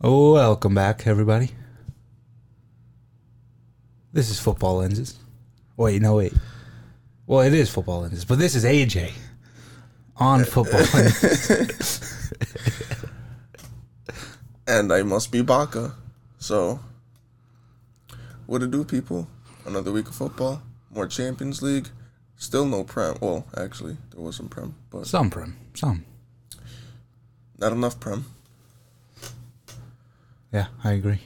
Welcome back, everybody. This is Football Lenses. Wait, no, wait. Well, it is Football Lenses, but this is AJ on Football Lenses. and I must be Baca. So, what to do, people? Another week of football, more Champions League, still no Prem. Well, actually, there was some Prem, but Some prim, some. not enough Prem. Yeah, I agree.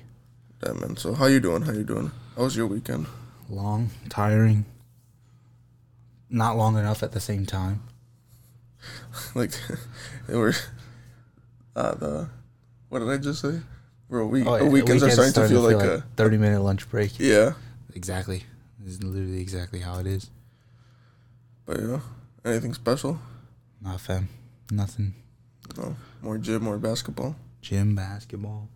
That man. So, how you doing? How you doing? How was your weekend? Long, tiring, not long enough at the same time. like, they were uh, the what did I just say? Bro, we Oh, yeah, weekends, are starting, to feel, like, a thirty-minute lunch break. yeah, Exactly. This is literally exactly how it is. but yeah. Anything special? Not fam. Nothing. No. More gym, more basketball. Gym, basketball,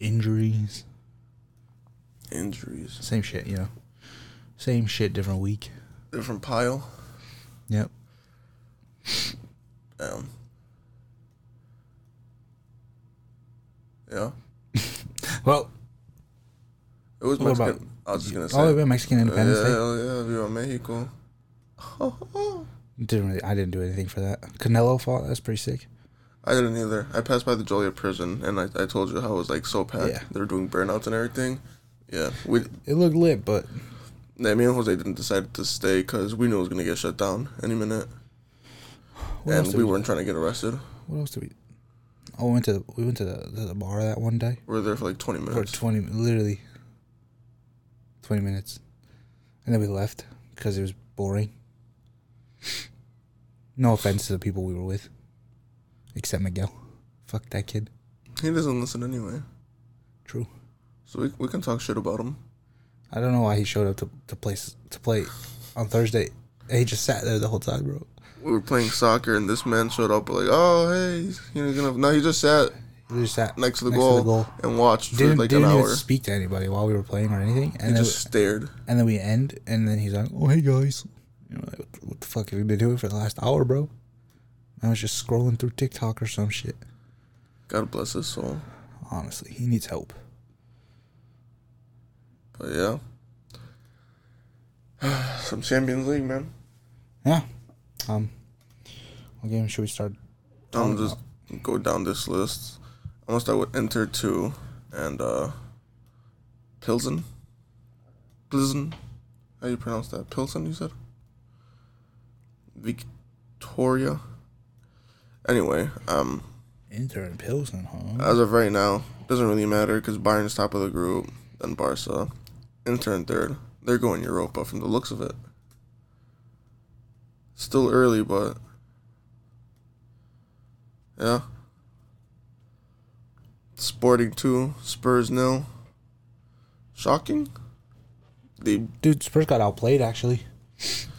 injuries. Injuries. Same shit, you know. Same shit, different week. Different pile. Yep. Um. Yeah. Well, It was What about- Mexican. I was just gonna say. all about Mexican yeah, Independence Day. yeah, yeah, Viva Mexico. Didn't really, I didn't do anything for that. Canelo fought. That's pretty sick. I didn't either. I passed by the Joliet prison, and I, I told you how it was like so packed. Yeah. They were doing burnouts and everything. Yeah, we. It looked lit, but yeah, Me and Jose didn't decide to stay because we knew it was gonna get shut down any minute, what else and did we we, weren't trying to get arrested. What else did we? Oh, we went to the, we went to the, to the bar that one day We were there for like 20 for minutes. twenty, literally twenty minutes, and then we left because it was boring. No offense to the people we were with, except Miguel. Fuck that kid. He doesn't listen anyway, True. so we, we can talk shit about him. I don't know why he showed up to, to play s- to play on Thursday. He just sat there the whole time, bro. We were playing soccer, and this man showed up like, "Oh, hey, he's, you know, gonna." No, he just sat He just sat next to the, goal, and watched Didn't, for like an didn't even hour. speak to anybody while we were playing or anything. He And then, just stared. and then we end, and then he's like, "Oh hey guys, you know, like, what, the- what the fuck have you been doing for the last hour, bro?" I was just scrolling through TikTok or some shit. God bless his soul. Honestly, he needs help. But yeah. Some Champions League, man. Yeah. Um. What game should we start? Oh, I'm Um, just go down this list. I'm gonna start with Enter Two and uh Pilsen. Pilsen. How you pronounce that? Pilsen you said? Victoria. Anyway, um Inter and Pilsen, huh? as of right now, doesn't really matter because Bayern's top of the group, then Barca, Inter in third. They're going Europa from the looks of it. Still early, but yeah. Sporting two, Spurs nil. Shocking. They Dude, Spurs got outplayed actually.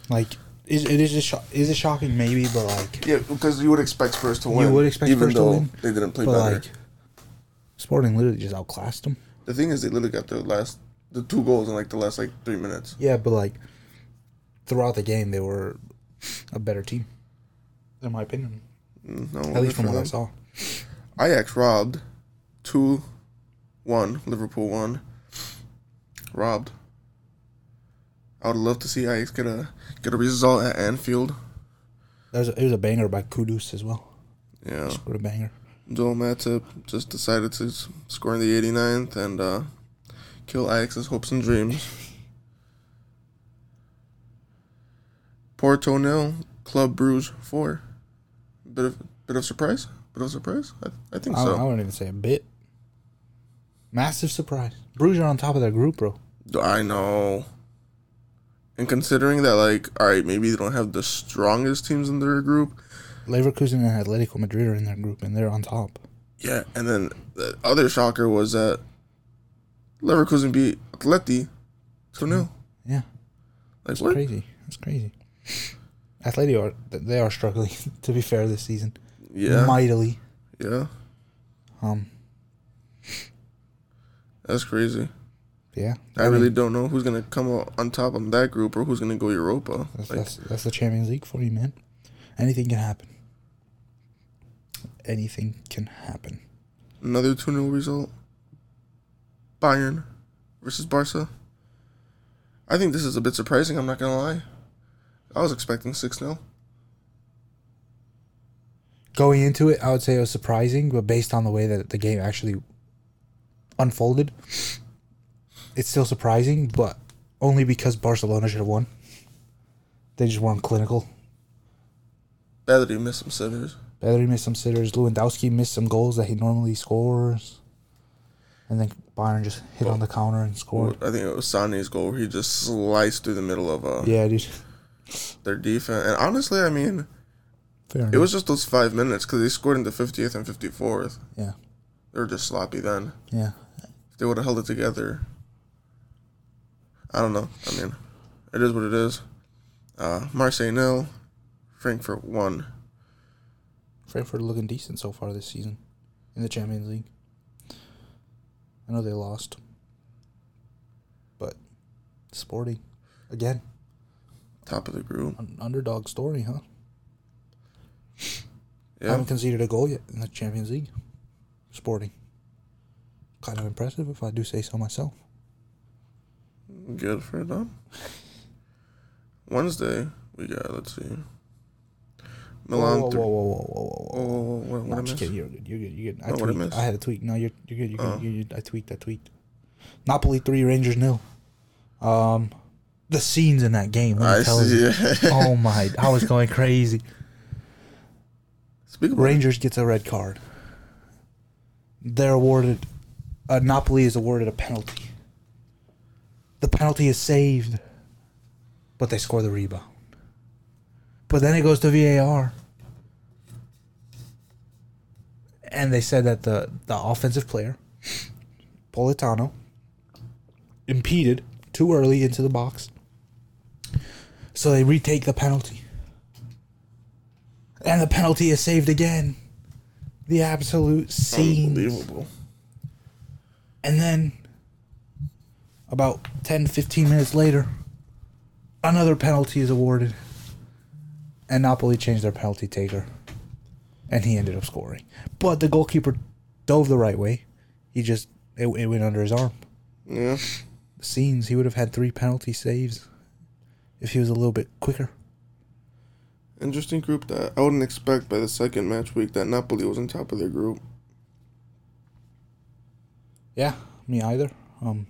Like, is it is it, sho- is it shocking? Maybe, but like. yeah, because you would expect Spurs to win. would expect even Spurs to though win, they didn't play But better. like, Sporting literally just outclassed them. the thing is, they literally got their last the two goals in like the last like three minutes. Yeah, but like, throughout the game, they were a better team, in my opinion. Mm, No, At least from what I saw. Ajax robbed two one. Liverpool won. Robbed. I would love to see Ajax get a get a result at Anfield. There was a, it was a banger by Kudus as well. Yeah. What a banger! Joel Matip just decided to s- score in the 89th and uh, kill Ajax's hopes and dreams. Porto nil, Club Bruges four. Bit of bit of surprise. Bit of surprise. I, I think I, so. I wouldn't even say a bit. Massive surprise. Bruges are on top of their group, bro. I know. And considering that, like, all right, maybe they don't have the strongest teams in their group. Leverkusen and Atletico Madrid are in their group, and they're on top. Yeah, and then the other shocker was that Leverkusen beat Atleti 2 0. Yeah, Like, it's what? Mm. crazy. It's crazy. Atletico are they are struggling. To be fair, this season Yeah. mightily. yeah. Um, That's crazy. yeah. I really don't know who's going to come out on top of that group or who's going to go Europa. That's, Like, that's that's the Champions League for you, man. Anything can happen. Anything can happen. Another 2 0 result. Bayern versus Barca. I think this is a bit surprising, I'm not going to lie. I was expecting 6 0. Going into it, I would say it was surprising, but based on the way that the game actually unfolded, it's still surprising, but only because Barcelona should have won. They just weren't clinical. Bad that he missed some sitters. Pedri missed some sitters. Lewandowski missed some goals that he normally scores. And then Byron just hit on the counter and scored. I think it was Sane's goal where he just sliced through the middle of uh, Yeah, dude. their defense. And honestly, I mean, Fair enough. it was just those five minutes because they scored in the 50th and 54th. Yeah. They were just sloppy then. Yeah. If they would have held it together, I don't know. I mean, it is what it is. Uh, Marseille nil, Frankfurt one. Frankfurt looking decent so far this season in the Champions League. I know they lost. But sporting. Again, top of the group. an underdog story, huh? Yeah, Haven't conceded a goal yet in the Champions League. Sporting. Kind of impressive if I do say so myself. good for them. Wednesday we got. Let's see. Milan. whoa, whoa, three- whoa, whoa, whoa, whoa, whoa. Oh, what, what No, I I'm just missed? kidding. You're good. You're good. You're good. I, Oh, what Uh. I tweaked. missed? I had a tweak. No, you're you're good. You're good. You're good. I tweaked. I tweaked. Napoli three, Rangers nil. Um, the scenes in that game. Let me I tell you. see. oh my! I was going crazy. Speak about Rangers gets a red card. They're awarded. Uh, Napoli is awarded a penalty. The penalty is saved, but they score the rebound. But then it goes to VAR, and they said that the the offensive player, Politano, impeded too early into the box. So they retake the penalty. And the penalty is saved again. The absolute scene. unbelievable. And then, about 10, 15 minutes later, another penalty is awarded. And Napoli changed their penalty taker. And he ended up scoring. But the goalkeeper dove the right way. He just, it, it went under his arm. Yeah, Scenes, he would have had three penalty saves if he was a little bit quicker. interesting group that I wouldn't expect by the second match week that Napoli was on top of their group. Yeah, me either. Um,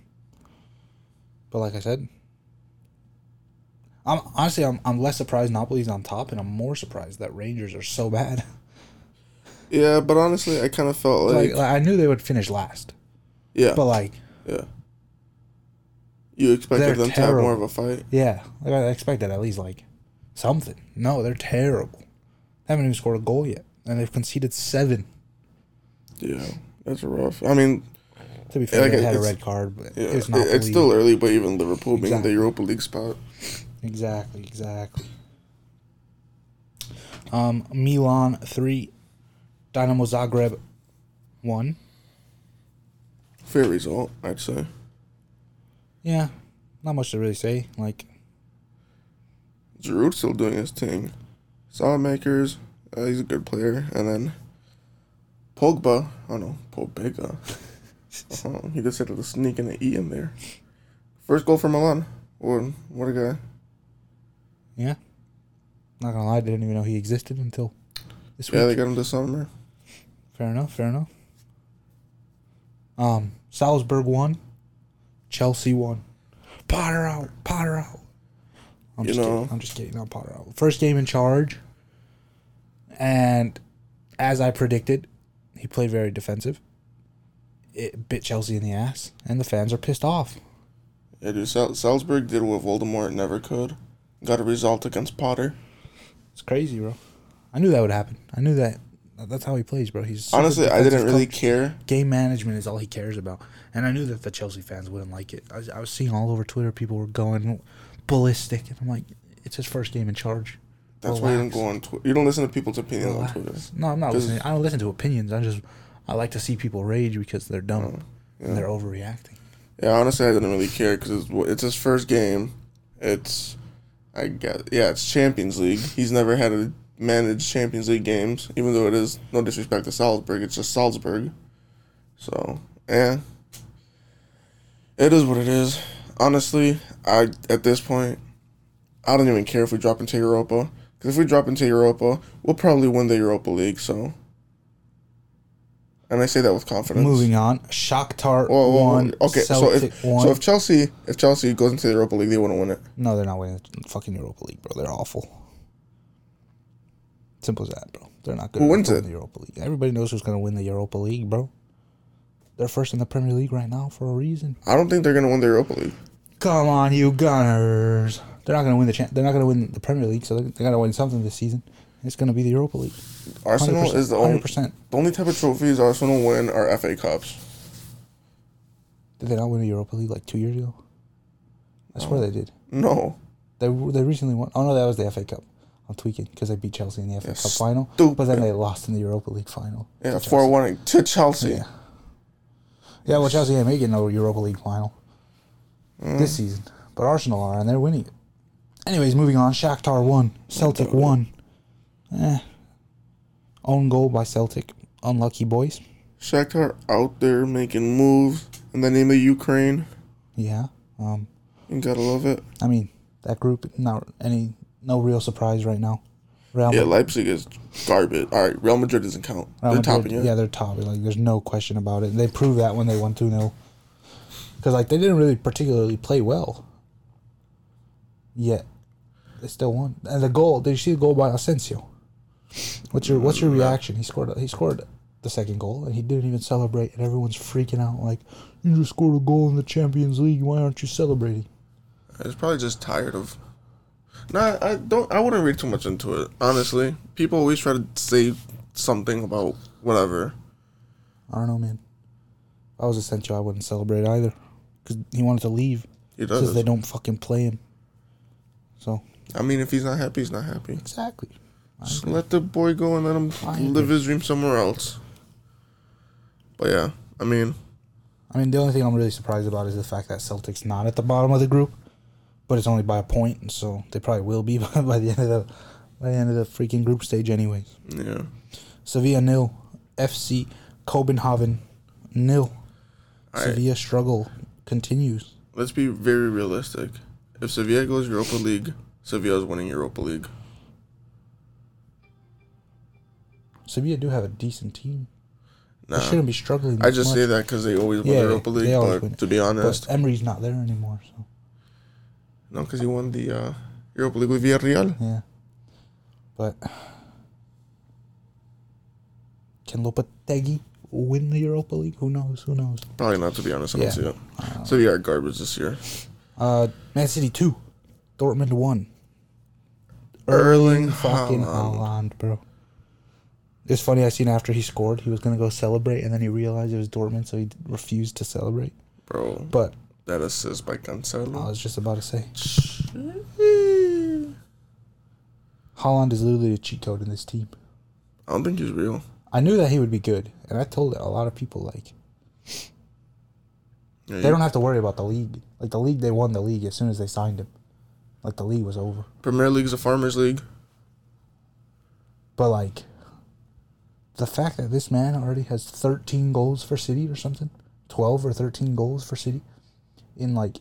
but like I said, I'm honestly I'm, I'm less surprised Napoli's on top, and I'm more surprised that Rangers are so bad. Yeah, but honestly, I kind of felt like, uh, like, like I knew they would finish last, yeah, but like yeah. You They're expected them to have terrible. more of a fight. yeah, like I expected at least like something. No, they're terrible. They haven't even scored a goal yet, and they've conceded seven. Yeah, that's rough. I mean, To be fair, Like, they had a it's- red card, but yeah, it was it- Napoli. it's still early, but even Liverpool being in Exactly. the Europa League spot. Exactly, exactly. Um, Milan three, Dynamo Zagreb one. Fair result, I'd say. Yeah, not much to really say. Like, Giroud's still doing his thing. Solid makers. Uh, he's a good player. And then Pogba. Oh no, Pobega. uh He just had to sneak in an E in there. First goal for Milan. What, what a guy. yeah, not gonna lie, I didn't even know he existed until this week. Yeah, they got him this summer. Fair enough. Fair enough. Um, Salzburg won, Chelsea won. Potter out. Potter out. I'm You just know. kidding. I'm just kidding. Not Potter out. First game in charge, and as I predicted, he played very defensive. It bit Chelsea in the ass, and the fans are pissed off. Yeah, dude. Sal- Salzburg did what Voldemort never could. Got a result against Potter. It's crazy, bro. I knew that would happen. I knew that. That's how he plays, bro. He's super Honestly, I didn't defensive really coach. care. game management is all he cares about. And I knew that the Chelsea fans wouldn't like it. I was, I was seeing all over Twitter people were going ballistic, and I'm like, it's his first game in charge. That's why you don't Relax. go on Twitter. You don't listen to people's opinions on Twitter. Relax. No, I'm not 'Cause- listening. I don't listen to opinions. I just I like to see people rage because they're dumb Uh, yeah. and they're overreacting. Yeah, honestly, I didn't really care because it's, it's his first game. It's, I guess, yeah, it's Champions League. He's never had to manage Champions League games, even though it is no disrespect to Salzburg. It's just Salzburg. So yeah, it is what it is. Honestly, I at this point, I don't even care if we drop into Europa. Because if we drop into Europa, we'll probably win the Europa League. So, and I say that with confidence. Moving on, Shakhtar Well, well, one, okay. So Celtic if one. so, if Chelsea if Chelsea goes into the Europa League, they wouldn't win it. no, they're not winning the fucking Europa League, bro. They're awful. Simple as that, bro. They're not good. Who enough wins to it? win The Europa League. Everybody knows who's gonna win the Europa League, bro. They're first in the Premier League right now for a reason. I don't think they're gonna win the Europa League. Come on, you Gunners! They're not gonna win the champ. They're not gonna win the Premier League, so they, they gotta win something this season. It's gonna be the Europa League. Arsenal is the only 100%. the only type of trophies Arsenal win are FA Cups. Did they not win the Europa League like two years ago? I Oh. swear they did. No, They they recently won. Oh no, that was the FA Cup. I'm tweaking because they beat Chelsea in the FA Yeah, Cup final, but then stupid. they lost in the Europa League final. yeah, to four Chelsea. one to Chelsea. Yeah. Yeah, well, Chelsea ain't making no Europa League final this season, but Arsenal are and they're winning it. Anyways, moving on. Shakhtar won. Celtic won. Eh. Own goal by Celtic. Unlucky boys. Shakhtar out there making moves in the name of Ukraine. Yeah. Um. You gotta love it. I mean, that group. Not any. No real surprise right now. Real Yeah, Leipzig is garbage. All right, Real Madrid doesn't count. Real they're Madrid, topping you. Yeah, they're top. Like, there's no question about it. They proved that when they won 2 0. Because, like, they didn't really particularly play well. Yet, they still won. And the goal, did you see the goal by Asensio? What's your What's your Mm, reaction? He scored. He scored the second goal, and he didn't even celebrate. And everyone's freaking out, like, "You just scored a goal in the Champions League. Why aren't you celebrating?" It's probably just tired of. Nah, I don't. I wouldn't read too much into it. Honestly, people always try to say something about whatever. I don't know, man. If I was Asensio, I wouldn't celebrate either, because he wanted to leave He because does. they don't fucking play him. So I mean, if he's not happy, he's not happy. Exactly. Just let the boy go and let him I agree. live his dream somewhere else. But yeah, I mean, I mean, the only thing I'm really surprised about is the fact that Celtic's not at the bottom of the group, but it's only by a point, and so they probably will be by, by the end of the by the end of the freaking group stage, anyways. yeah. Sevilla nil, FC Copenhagen nil. All right. Sevilla struggle continues. Let's be very realistic. If Sevilla goes Europa League, Sevilla's winning Europa League. Sevilla do have a decent team. Nah, They shouldn't be struggling. I this just much, say that because they always win Yeah, the Europa they League. always But win it. to be honest, but Emery's not there anymore, so no, because he won the uh, Europa League with Villarreal. yeah. But can Lopetegui win the Europa League? Who knows? Who knows? Probably not. To be honest, I Yeah. don't see it. Sevilla are garbage this year. Uh, Man City two, Dortmund one. Erling fucking Haaland. Haaland, bro. It's funny. I seen after he scored, he was gonna go celebrate, and then he realized it was Dortmund, so he d- refused to celebrate. Bro, But that assist by I Cancelo. was just about to say, Haaland is literally a cheat code in this team. I don't think he's real. I knew that he would be good, and I told a lot of people like Yeah, they don't have to worry about the league. Like the league, they won the league as soon as they signed him. Like the league was over. Premier League's a farmers league. But like the fact that this man already has 13 goals for City or something, 12 or 13 goals for City in like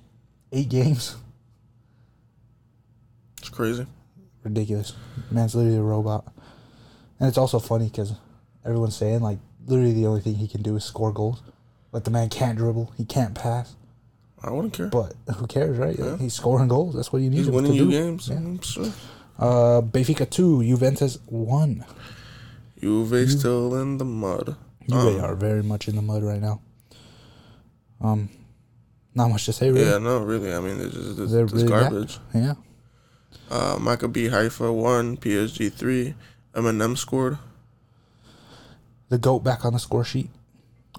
8 games. It's crazy. Ridiculous. Man's literally a robot. And it's also funny cuz everyone's saying like literally the only thing he can do is score goals. Like the man can't dribble, he can't pass, I wouldn't care. but who cares, right? Yeah. He's scoring goals. That's what you need He's him winning to you do. games. Yeah. I'm sure. Uh Benfica 2, Juventus 1. Juve Mm-hmm. still in the mud. Juve Um, are very much in the mud right now. Um, not much to say really. Yeah, no, really. I mean, it's just it's, They're it's really bad. garbage. Yeah. Uh, Maccabi Haifa one, PSG three. Eminem scored. The goat back on the score sheet.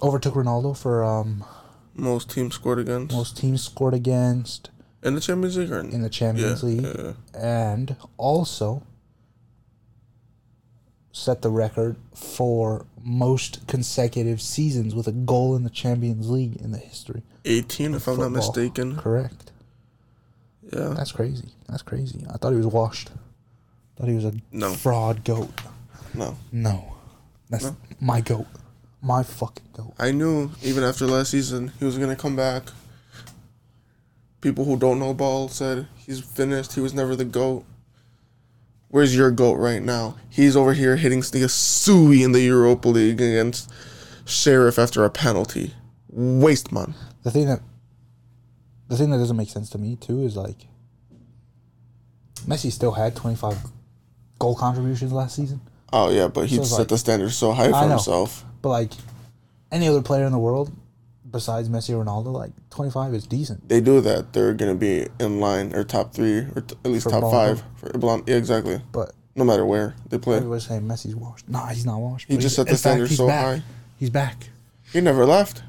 Overtook Ronaldo for um, Most teams scored against most teams scored against in the Champions League. Or in the Champions yeah, League, yeah. and also set the record for most consecutive seasons with a goal in the Champions League in the history. Eighteen, if I'm not Football. mistaken. Correct. Yeah. That's crazy. That's crazy. I thought he was washed. Thought he was a No. fraud goat. No. No. That's my goat. my fucking goat. I knew even after last season he was gonna come back. People who don't know ball said he's finished. He was never the goat. Where's your goat right now? He's over here hitting Sui in the Europa League against Sheriff after a penalty. Waste man. The thing that the thing that doesn't make sense to me too is like Messi still had 25 goal contributions last season, Oh yeah, but he So, set like- the standard so high I for know. himself. but like any other player in the world besides Messi or Ronaldo, like 25 is decent. They do that. They're gonna be in line or top three or t- at least For top Ballon five for Blom. Yeah, exactly. But No matter where they play, everybody's saying Messi's washed. Nah, he's not washed. He But he's- just set the in fact, standard he's so back. high. He's back. he never left.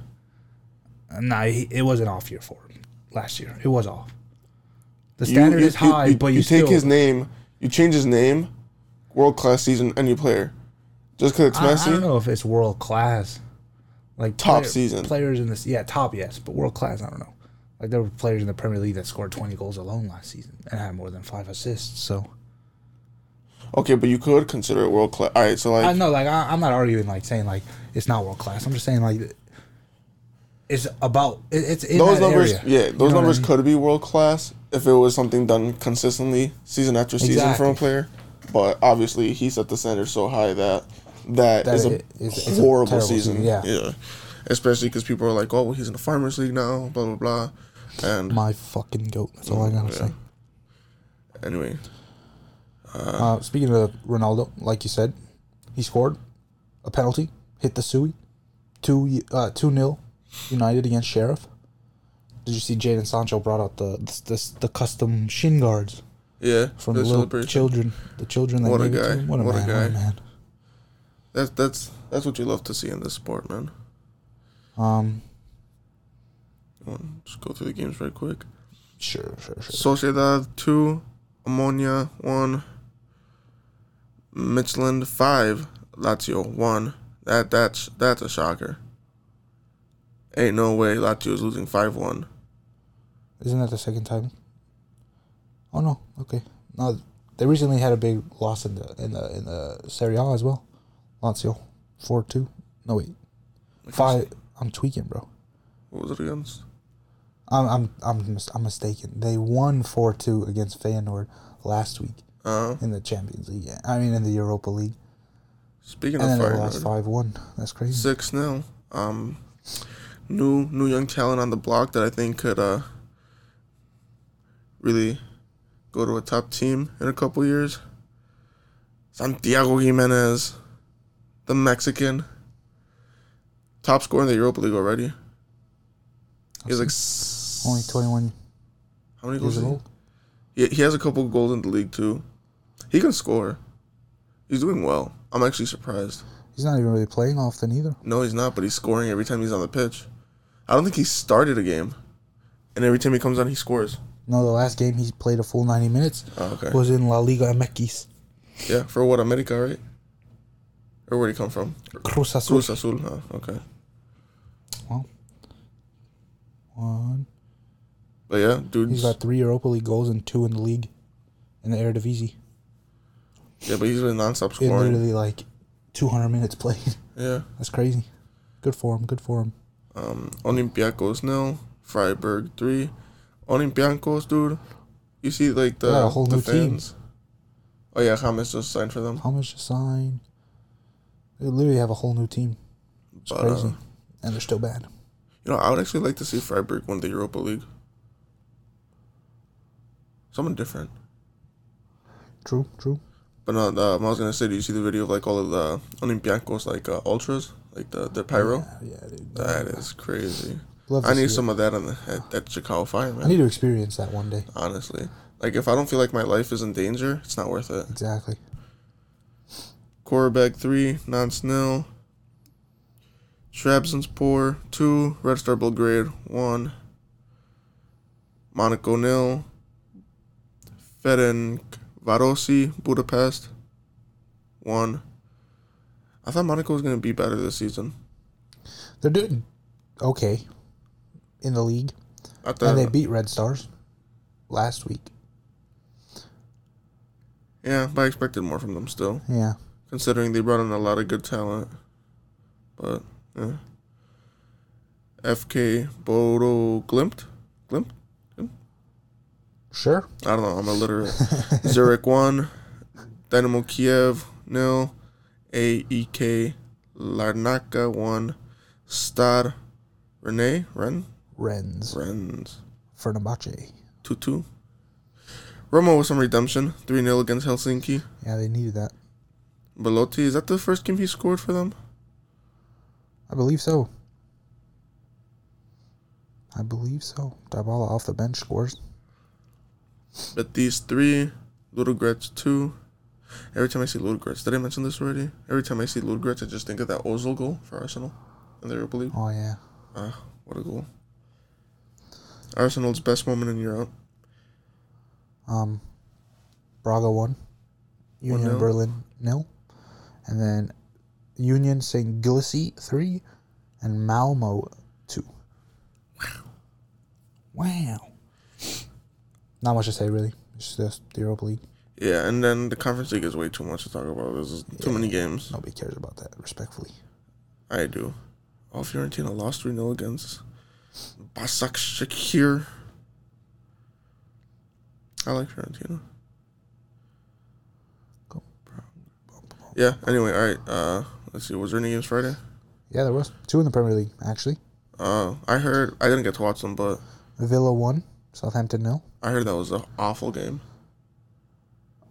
Uh, Nah, he, it was an off year for him last year. It was off. The You- standard you- is high, but you, take still, his name, you change his name, world class season, any player, just because it's I, I don't Messi. know if it's world class. Like Top season. players in this, yeah, top yes, but world class, I don't know. Like there were players in the Premier League that scored twenty goals alone last season and had more than five assists. So Okay, but you could consider it world class. All right, so I like know, like I, I'm not arguing, like saying like it's not world class. I'm just saying like it's about it, it's in those that numbers, area. yeah, You know those what I numbers mean? could be world class if it was something done consistently, season after season, Exactly. from a player. But obviously, he set the standard so high that that That is a it- it's- it's a horrible terrible season. season, yeah. yeah, especially because people are like, "Oh, well, he's in the farmers league now," blah blah blah, and My fucking goat. That's all I gotta Yeah. say. anyway, Uh, speaking of Ronaldo, like you said, he scored a penalty, hit the Sui, two uh, two nil, United against Sheriff. Did you see Jaden Sancho brought out the the, the, the custom shin guards yeah, from the the little celebration. children, the children that What a gave it to guy. him? What a What a man! What a guy. man! That's that's that's what you love to see in this sport, man. Um, You want- Just go through the games right quick. sure, sure, sure. Sociedad two, Ammonia one, Michelin five, Lazio one. That that's that's a shocker. Ain't no way Lazio's losing five one. Isn't that the second time? Oh no. Okay. No, they recently had a big loss in the in the in the Serie A as well. Lazio, four two. No wait, five. I'm tweaking, bro. What was it against? I'm I'm I'm mis- I'm mistaken. They won four two against Feyenoord last week Uh, in the Champions League. Yeah, I mean in the Europa League, speaking and then of they lost fire, five one. That's crazy. six 0 Um, new new young talent on the block that I think could uh really go to a top team in a couple years. Santiago Jimenez, the Mexican, top scorer in the Europa League already. He's like s- Only twenty one How many goals? years is he- old. He, he has a couple goals in the league too. He can score. He's doing well. I'm actually surprised. He's not even really playing often either. No, he's not, but he's scoring every time he's on the pitch. I don't think he started a game. And every time he comes on, he scores. No, the last game he played a full ninety minutes Oh, okay. was in La Liga MX. Yeah, for what, America, right? Or where'd he come from? Cruz Azul. Cruz Azul. huh? okay. One. But yeah, dude. He's got three Europa League goals and two in the league, in the Eredivisie. Yeah, but he's been nonstop In scoring. literally like two hundred minutes played. Yeah. That's crazy. Good for him. Good for him. Um, Olympiacos nil, Freiburg three. Olympiacos, dude. You see, like the, They got a whole the new team. fans. Oh yeah, James just signed for them. How much to sign? They literally have a whole new team. It's But, uh, crazy. and they're still bad. You know, I would actually like to see Freiburg win the Europa League. Someone different. True, true. But no, um, I was gonna say, do you see the video of like all of the Olympiacos like uh, ultras, like the the pyro? Yeah, dude. That is crazy. Love to Oh. I need see some of that on the at, at Chicago Fire, it. man. I need to experience that one day. honestly, like if I don't feel like my life is in danger, it's not worth it. Exactly. Quarterback three, Nance nil. Trabzonspor two, Red Star Belgrade one. Monaco nil. Ferenc Varosi Budapest one. I thought Monaco was gonna be better this season. They're doing okay in the league, I thought, and they beat Red Stars last week. yeah, but I expected more from them still, Yeah, considering they brought in a lot of good talent. But FK Bodo Glimt. Glimt? Sure. I don't know. I'm illiterate. Zurich 1, Dynamo Kiev nil, AEK Larnaca 1, Star Rene, Ren? Rennes. Rennes Fernambache. 2 2. Roma with some redemption 3 0 against Helsinki. Yeah, they needed that. Belotti, is that the first game he scored for them? I believe so. I believe so. Dybala off the bench scores. Betis 3, Ludogorets 2. Every time I see Ludogorets, did I mention this already? Every time I see Ludogorets, I just think of that Ozil goal for Arsenal in the Europa League. Oh yeah. Ah, what a goal. Arsenal's best moment in Europe. Um, Braga won. Union nil. Berlin nil, and then Union St. Gillisy three, and Malmo two. Wow. Wow. Not much to say really. It's just the Europa League. Yeah, and then the Conference League is way too much to talk about. There's too many games. Nobody cares about that. Respectfully. I do. Oh, Fiorentina lost 3 0 against Basak Shakir. I like Fiorentina. Go. Yeah, anyway, alright. Uh, let's see. Was there any games Friday? Yeah, there was two in the Premier League actually. Uh, I heard, I didn't get to watch them, but Villa won. Southampton nil. I heard that was an awful game.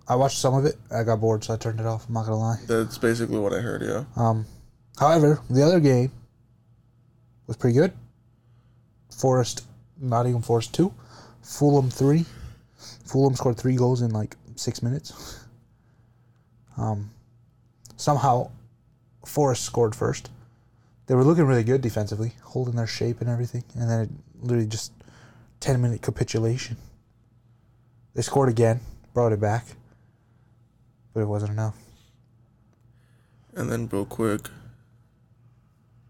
I watched some of it. I got bored, so I turned it off. I'm not gonna lie. That's basically what I heard, yeah. Um, however, the other game was pretty good. Forest, Nottingham Forest two, Fulham three. Fulham scored three goals in like six minutes. Um, somehow, Forest scored first. They were looking really good defensively, holding their shape and everything, and then it literally just ten minute capitulation. They scored again, brought it back, but it wasn't enough. And then, real quick,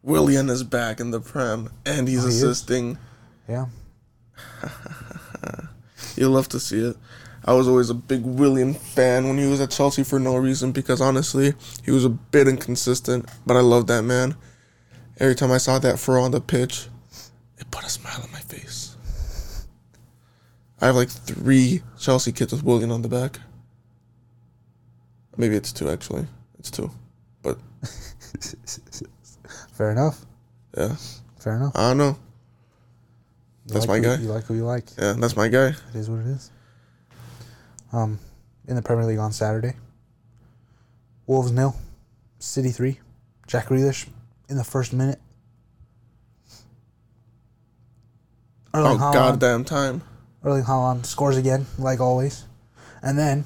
Willian is back in the Prem, and he's Oh, he is? assisting. Yeah. You'll love to see it. I was always a big William fan when he was at Chelsea for no reason because honestly, he was a bit inconsistent, but I loved that man. Every time I saw that fur on the pitch, it put a smile on my face. I have like three Chelsea kids with William on the back. Maybe it's two actually. It's two. But Fair enough. yeah. Fair enough. I don't know. You That's like my who- guy. You like who you like. Yeah, that's my guy. It is what it is. Um, in the Premier League on Saturday, Wolves nil, City three. Jack Grealish in the first minute. Erling Oh Haaland- goddamn time. Erling Haaland scores again, like always. And then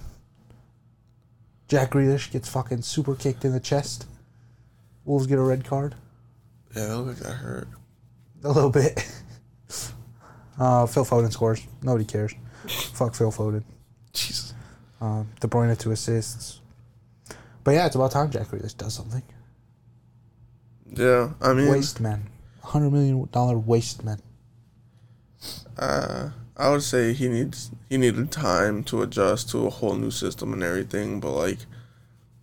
Jack Grealish gets fucking super kicked in the chest. Wolves get a red card. Yeah, that looked like that hurt. A little bit. Uh, Phil Foden scores. Nobody cares. Fuck Phil Foden. Jesus. Um, De Bruyne two assists. But yeah, it's about time Jack Grealish does something. Yeah, I mean Waste man. $100 million waste man. Uh, I would say he needs he needed time to adjust to a whole new system and everything, but like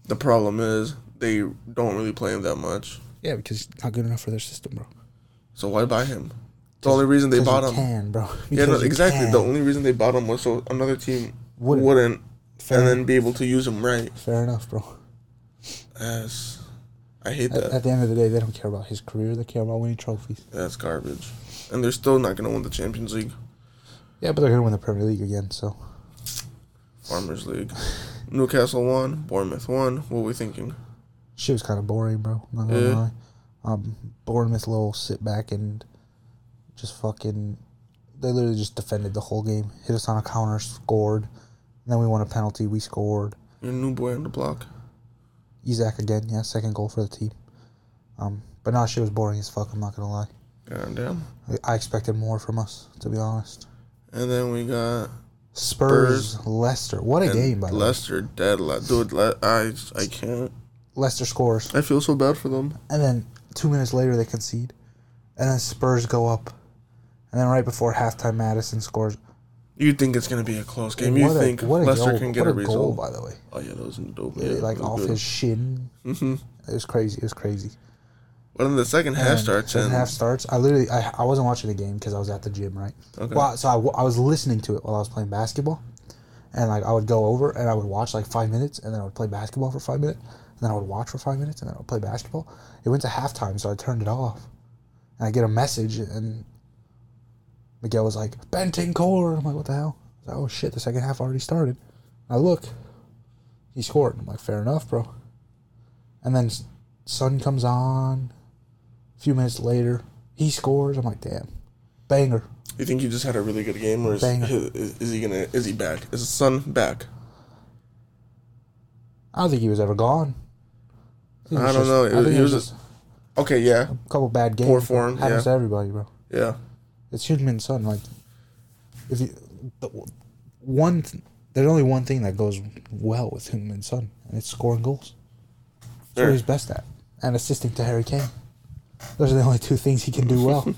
the problem is they don't really play him that much. Yeah, because he's not good enough for their system, bro. So why buy him? The only reason they Because bought you him, can, bro. yeah, no, Because you exactly. can. The only reason they bought him was so another team Wouldn't. wouldn't, Fair, and then be able to use him right. fair enough, bro. Yes, I hate At, that. at the end of the day, they don't care about his career. They care about winning trophies. That's garbage, and they're still not gonna win the Champions League, Yeah, but they're going to win the Premier League again, so. Farmers League. Newcastle won, Bournemouth won. What were we thinking? Shit was kind of boring, bro. Not gonna Yeah. lie. Um, Bournemouth Lowell sit back and just fucking. They literally just defended the whole game. Hit us on a counter, scored. And then we won a penalty. We scored. Your new boy on the block. Isaac again, yeah, second goal for the team. Um, but nah, shit was boring as fuck. I'm not gonna lie. Goddamn. I I expected more from us, to be honest. And then we got Spurs, Leicester. What a And game, by the way. Leicester dead la- dude. Le- I I can't. Leicester scores. I feel so bad for them. And then two minutes later, they concede. And then Spurs go up. And then right before halftime, Madison scores. You think it's gonna be a close game? You What a- think what a Leicester goal- can get what goal, a, result? by the way. oh yeah, that was dope. It, Yeah, like that was off good. his shin. It was crazy. It was crazy. When the second half And starts, second and half starts. I literally, I, I wasn't watching the game because I was at the gym, right? Okay. Well, so I, wa- I was listening to it while I was playing basketball, and like I would go over and I would watch like five minutes, and then I would play basketball for five minutes, and then I would watch for five minutes, and then I would play basketball. It went to halftime, so I turned it off, and I get a message, and Miguel was like Benton Core. I'm like, what the hell? I was like, oh shit, the second half already started. I look, he scored. I'm like, fair enough, bro. And then s- sun comes on. A few minutes later, he scores. I'm like, damn, banger. you think he just had a really good game, or is, Banger. is, is he gonna? Is he back? Is his son back? I don't think he was ever gone. think it I was don't know. It I think was- it he was was just Okay, yeah, a couple bad games. poor form, Happens yeah. to everybody, bro. yeah. It's human and son. Like, if you, the, one, th- there's only one thing that goes well with human and son, and it's scoring goals. That's Sure. what he's best at, and assisting to Harry Kane. Those are the only two things he can do well.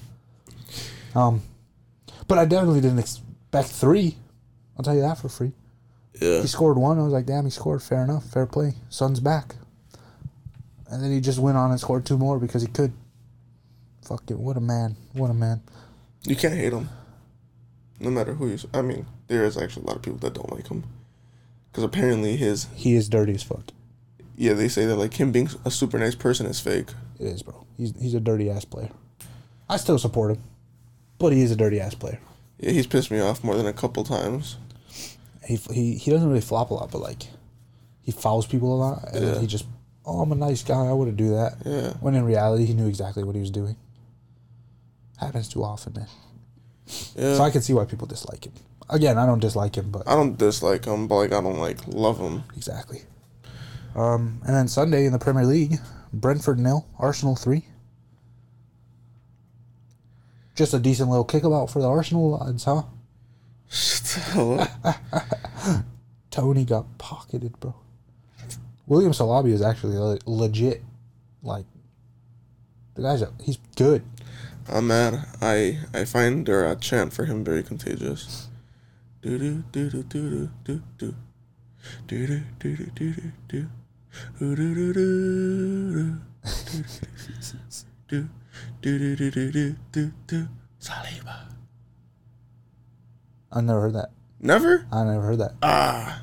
um, but I definitely didn't expect three. I'll tell you that for free. Yeah. He scored one. I was like, damn, he scored. Fair enough. Fair play. Son's back. And then he just went on and scored two more because he could. Fuck it. What a man. What a man. You can't hate him. No matter who you. s- I mean, there is actually a lot of people that don't like him. Because apparently his. He is dirty as fuck. Yeah, they say that, like, him being a super nice person is fake. It is, bro. He's, he's a dirty ass player. I still support him, but he is a dirty ass player. Yeah, he's pissed me off more than a couple times. He, he, he doesn't really flop a lot, but like, he fouls people a lot. And Yeah. he just, oh, I'm a nice guy. I wouldn't do that. Yeah. When in reality, he knew exactly what he was doing. Happens too often, man. Yeah. So I can see why people dislike him. Again, I don't dislike him, but I don't dislike him, but, like, I don't, like, love him. exactly. Um, and then Sunday in the Premier League, Brentford nil, Arsenal three. Just a decent little kickabout for the Arsenal lads, huh? Shut the hell up. Tony got pocketed, bro. William Salabi is actually le- legit. Like the guy's, a, he's good. I'm mad. I, I find their uh, chant for him very contagious. Do do do do do do do do do do do do do do do do do do do do do do do do do do Saliba. I never heard that. Never? I never heard that. Ah.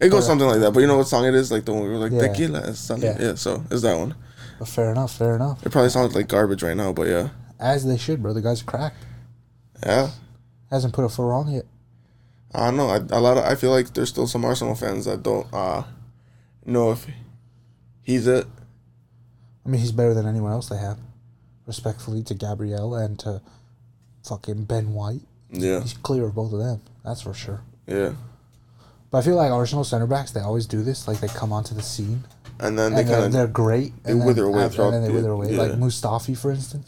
It goes something like that, but you know what song it is? Like the one we were like Yeah. tequila and something. Yeah. Yeah. so it's that one. But fair enough, fair enough. It probably sounds like garbage right now, but yeah. As they should, bro. The guy's cracked. Yeah. Hasn't put a foot wrong yet. I don't know. I, a lot of I feel like there's still some Arsenal fans that don't uh, know if he's it. I mean, he's better than anyone else they have. Respectfully to Gabrielle and to fucking Ben White. Yeah, He's clear of both of them. That's for sure. yeah. But I feel like Arsenal center backs, they always do this. Like, they come onto the scene And then and they they're, kind they're of great. they and then wither away after- throughout And then they the- wither away. Like yeah. Mustafi, for instance.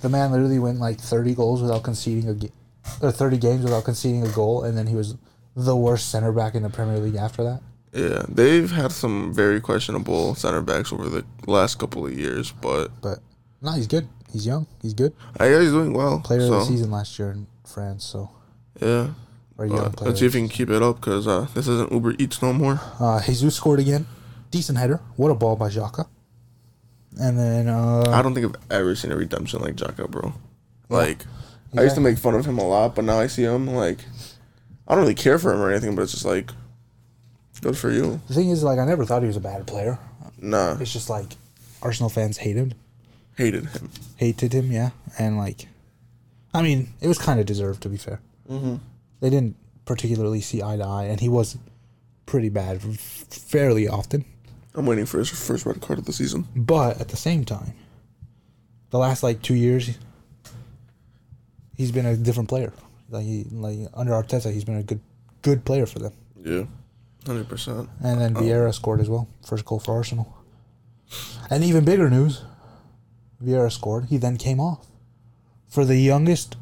the man literally went like 30 goals without conceding a ga- or 30 games without conceding a goal. And then he was the worst center back in the Premier League after that. yeah. They've had some very questionable center backs over the last couple of years, but But no, he's good. He's young. He's good. I guess he's doing well. Player so, of the season last year in France. So, Yeah. or young Uh, player. let's see if he can keep it up because uh, this isn't Uber Eats no more. Uh, Jesus scored again. Decent header. What a ball by Xhaka. And then uh, I don't think I've ever seen a redemption like Jaka, bro. Like, I used to make fun of him a lot, but now I see him like, I don't really care for him or anything, but it's just like, good for you. the thing is, like, I never thought he was a bad player. Nah, It's just like Arsenal fans hate him, hated him. hated him, yeah. And like, I mean, it was kind of deserved to be fair. Mm-hmm. They didn't particularly see eye to eye, and he was pretty bad f- fairly often. I'm waiting for his first red card of the season. But at the same time, the last like two years, he's been a different player. Like, he, like under Arteta, he's been a good, good player for them. Yeah, hundred percent. And then Vieira scored as well. First goal for Arsenal. And even bigger news Vieira scored. He then came off for the youngest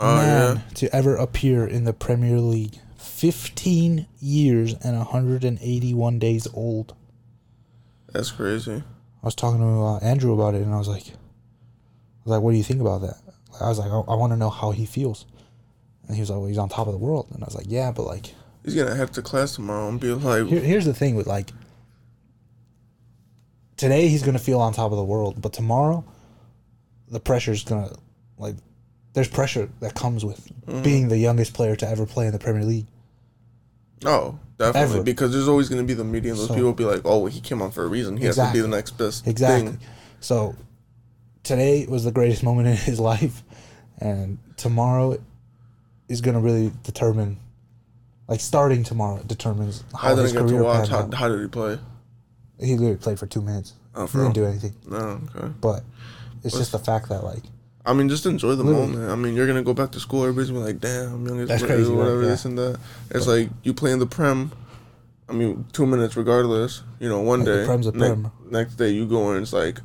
Oh man yeah, to ever appear in the Premier League. 15 years and 181 days old. that's crazy. I was talking to uh, Andrew about it and I was like, I was like, what do you think about that? I was like, I, I want to know how he feels. And he was like, well, he's on top of the world. And I was like, yeah, but like, He's gonna head to class tomorrow and be like, Here, here's the thing with like today he's gonna feel on top of the world, but tomorrow the pressure's gonna like there's pressure that comes with Mm. being the youngest player to ever play in the Premier League. Oh, definitely. Ever. Because there's always going to be the media and those So- people be like, oh, well, he came on for a reason. He has to be the next best Exactly. thing. So today was the greatest moment in his life, and tomorrow is going to really determine, like starting tomorrow determines I how his didn't get career to watch. pans How, out. how did he play? He literally played for two minutes. Oh, he for didn't do real? anything. No, okay. But it's just the fact that like I mean, just enjoy the moment. I mean, you're gonna go back to school. Everybody's gonna be like, "Damn, I'm young as That's whatever, crazy, right? whatever Yeah. this and that." It's like you play in the prem. I mean, two minutes regardless. You know, one Like, the day prem's a ne- prem. Next day you go and it's like,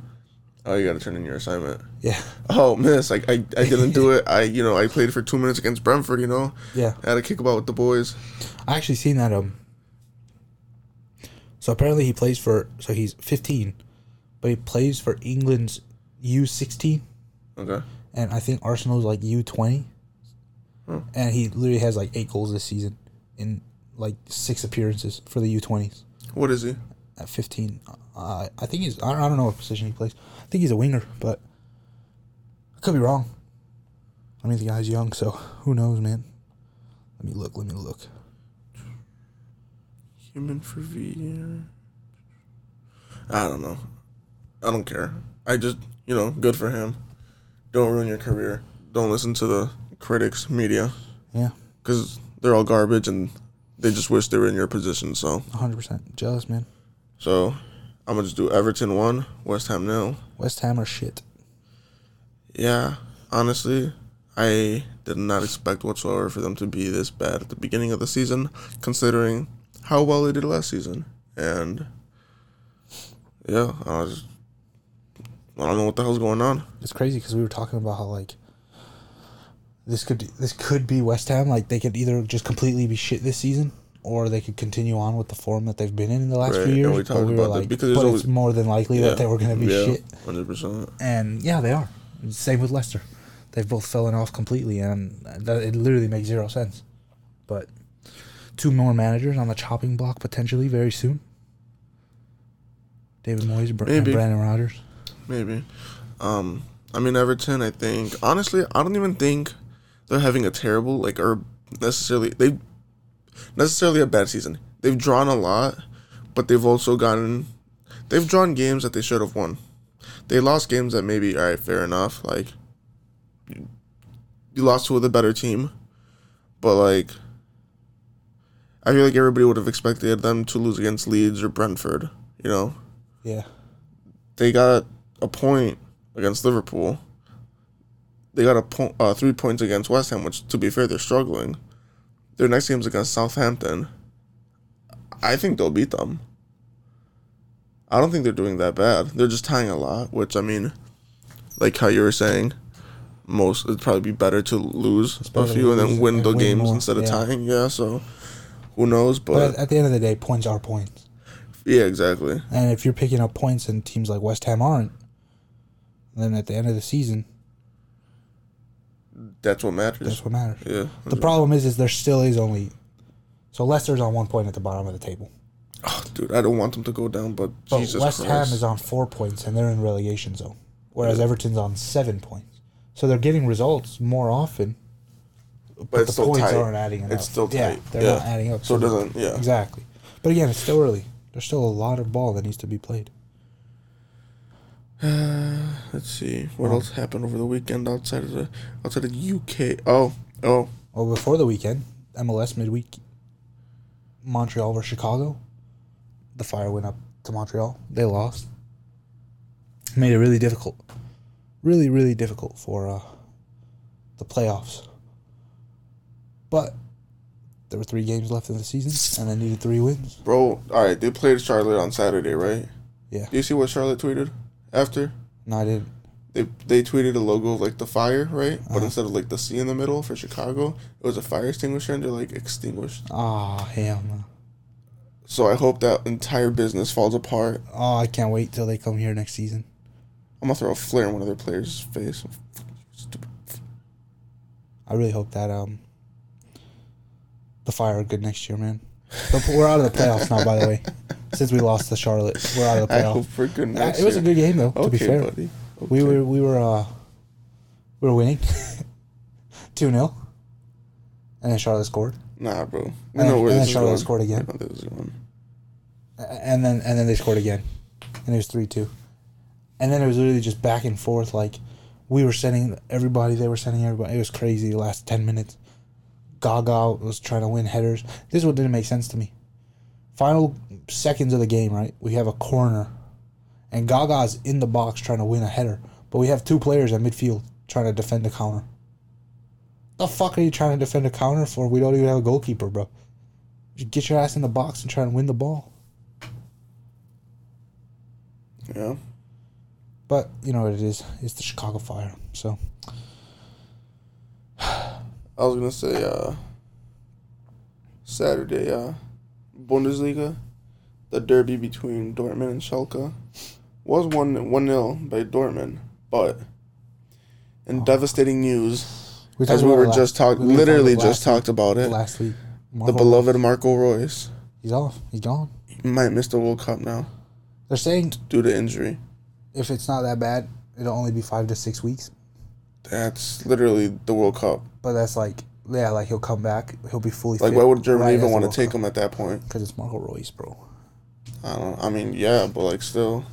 "Oh, you gotta turn in your assignment." yeah Oh, miss, like I, I didn't do it. I you know I played for two minutes against Brentford. You know, yeah. I had a kick about with the boys. I actually seen that um. So apparently he plays for so he's 15, but he plays for England's U16. Okay, and I think Arsenal's like U twenty, and he literally has like eight goals this season in like six appearances for the U twenties what is he? at fifteen. Uh, I think he's I don't, I don't know what position he plays. I think he's a winger, but I could be wrong. I mean the guy's young, so who knows, man. Let me look. Let me look. Human for VR. I don't know. I don't care. I just, you know, good for him. Don't ruin your career. Don't listen to the critics, media, Yeah, because they're all garbage and they just wish they were in your position. So, one hundred percent jealous, man. so I'm gonna just do Everton one, West Ham nil. West Ham or shit. Yeah, honestly, I did not expect whatsoever for them to be this bad at the beginning of the season, considering how well they did last season. And yeah, I was. I don't know what the hell's going on. It's crazy because we were talking about how like this could this could be West Ham. Like they could either just completely be shit this season, or they could continue on with the form that they've been in in the last Right, few and years. we but talked were about that like, because there's but always- it's more than likely that they were going to be shit. Hundred percent. And yeah, they are. Same with Leicester. They've both fallen off completely, and that, it literally makes zero sense. But two more managers on the chopping block potentially very soon. David Moyes Br- and Maybe. Brandon Rodgers. Maybe. Um, I mean Everton. I think honestly, I don't even think they're having a terrible like or necessarily they necessarily a bad season. They've drawn a lot, but they've also gotten they've drawn games that they should have won. They lost games that maybe all right, fair enough. Like you- you lost to the better team, but like I feel like everybody would have expected them to lose against Leeds or Brentford. You know, Yeah, they got a point against Liverpool. They got a point, uh, three points against West Ham, which, to be fair, they're struggling. Their next game's against Southampton. I think they'll beat them. I don't think they're doing that bad. They're just tying a lot, which I mean, like how you were saying, most it'd probably be better to lose a better to few and lose then win and the win games more, instead of yeah. tying. Yeah, so who knows? but But at the end of the day, points are points. yeah, exactly. And if you're picking up points and teams like West Ham aren't, then at the end of the season, That's what matters. that's what matters. yeah. The problem is, is there still is only so Leicester's on one point at the bottom of the table, Oh, dude, I don't want them to go down, but, but Jesus West Christ. Ham is on four points and they're in relegation zone, whereas Everton's on seven points. So they're getting results more often, but, it's the still points tight. aren't adding up. It's still yeah, tight. they're not Yeah. adding up. So it doesn't- yeah. exactly. But again, it's still early. There's still a lot of ball that needs to be played. Uh, Let's see what else happened over the weekend outside of the outside of UK. Oh, oh, Well, before the weekend, MLS midweek, Montreal versus Chicago. The fire went up to Montreal. They lost. Made it really difficult. Really, really difficult for uh, the playoffs. But there were three games left in the season, and they needed three wins. bro. All right, they played Charlotte on Saturday, right? Yeah. Do you see what Charlotte tweeted after? No, I didn't. They they tweeted a logo of like the fire, right? Uh-huh. But instead of like the C in the middle for Chicago, it was a fire extinguisher, and they're like extinguished. Ah, hell no. So I hope that entire business falls apart. Oh, I can't wait till they come here next season. I'm gonna throw a flare in one of their players' face. Stupid. I really hope that um the Fire are good next year, man. The- We're out of the playoffs now, by the way. since we lost to Charlotte. We're out of the I hope playoff. for good Uh, next It was a year. good game though. to be Okay, fair, buddy. we Okay. were we were uh we were winning two 0 and then Charlotte scored, Nah, bro. We And- know and where then this is Charlotte going. scored again. We know this is going. A- and then and then they scored again, and it was three two, and then it was literally just back and forth. Like we were sending everybody, they were sending everybody. It was crazy. The last ten minutes, Gaga was trying to win headers. This is what didn't make sense to me. Final seconds of the game, right? We have a corner, and Gaga's in the box trying to win a header, but we have two players at midfield trying to defend the counter. The fuck are you trying to defend a counter for? We don't even have a goalkeeper, bro. Just get your ass in the box and try and win the ball. Yeah. But you know what it is? It's the Chicago Fire. So I was gonna say uh, Saturday uh, Bundesliga, the derby between Dortmund and Schalke was one one 0 by Dortmund, but in devastating news, Oh. we as talked we about were it la- just talking, we were literally about it just last talked about week- it, last week. the Marco, beloved Marco Royce he's off. He's gone. might miss the World Cup now They're saying due to injury. if it's not that bad, it'll only be five to six weeks. That's literally the World Cup. But that's like yeah, like he'll come back. He'll be fully Like, fit why would Germany even want to to take him at that point? Because it's Marco Royce, bro. I don't. I mean, yeah, but like still,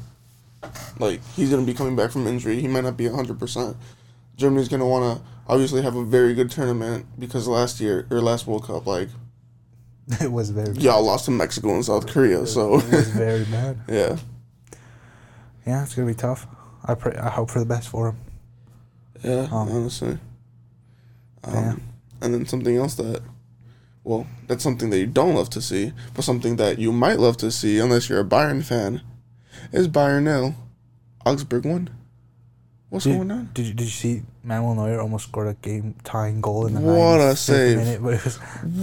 like he's gonna be coming back from injury. He might not be hundred percent. Germany's gonna want to obviously have a very good tournament because last year or last World Cup, like it was very y'all lost to Mexico and South Korea. So it was very bad. yeah, Yeah, it's gonna be tough. I pray. I hope for the best for him. yeah, Um, honestly. Um, yeah. And then something else that, well, that's something that you don't love to see, but something that you might love to see unless you're a Bayern fan, is Bayern nil, Augsburg one. What's Did, going on? did you did you see Manuel Neuer almost scored a game tying goal in the What a 95th save. Minute, but it was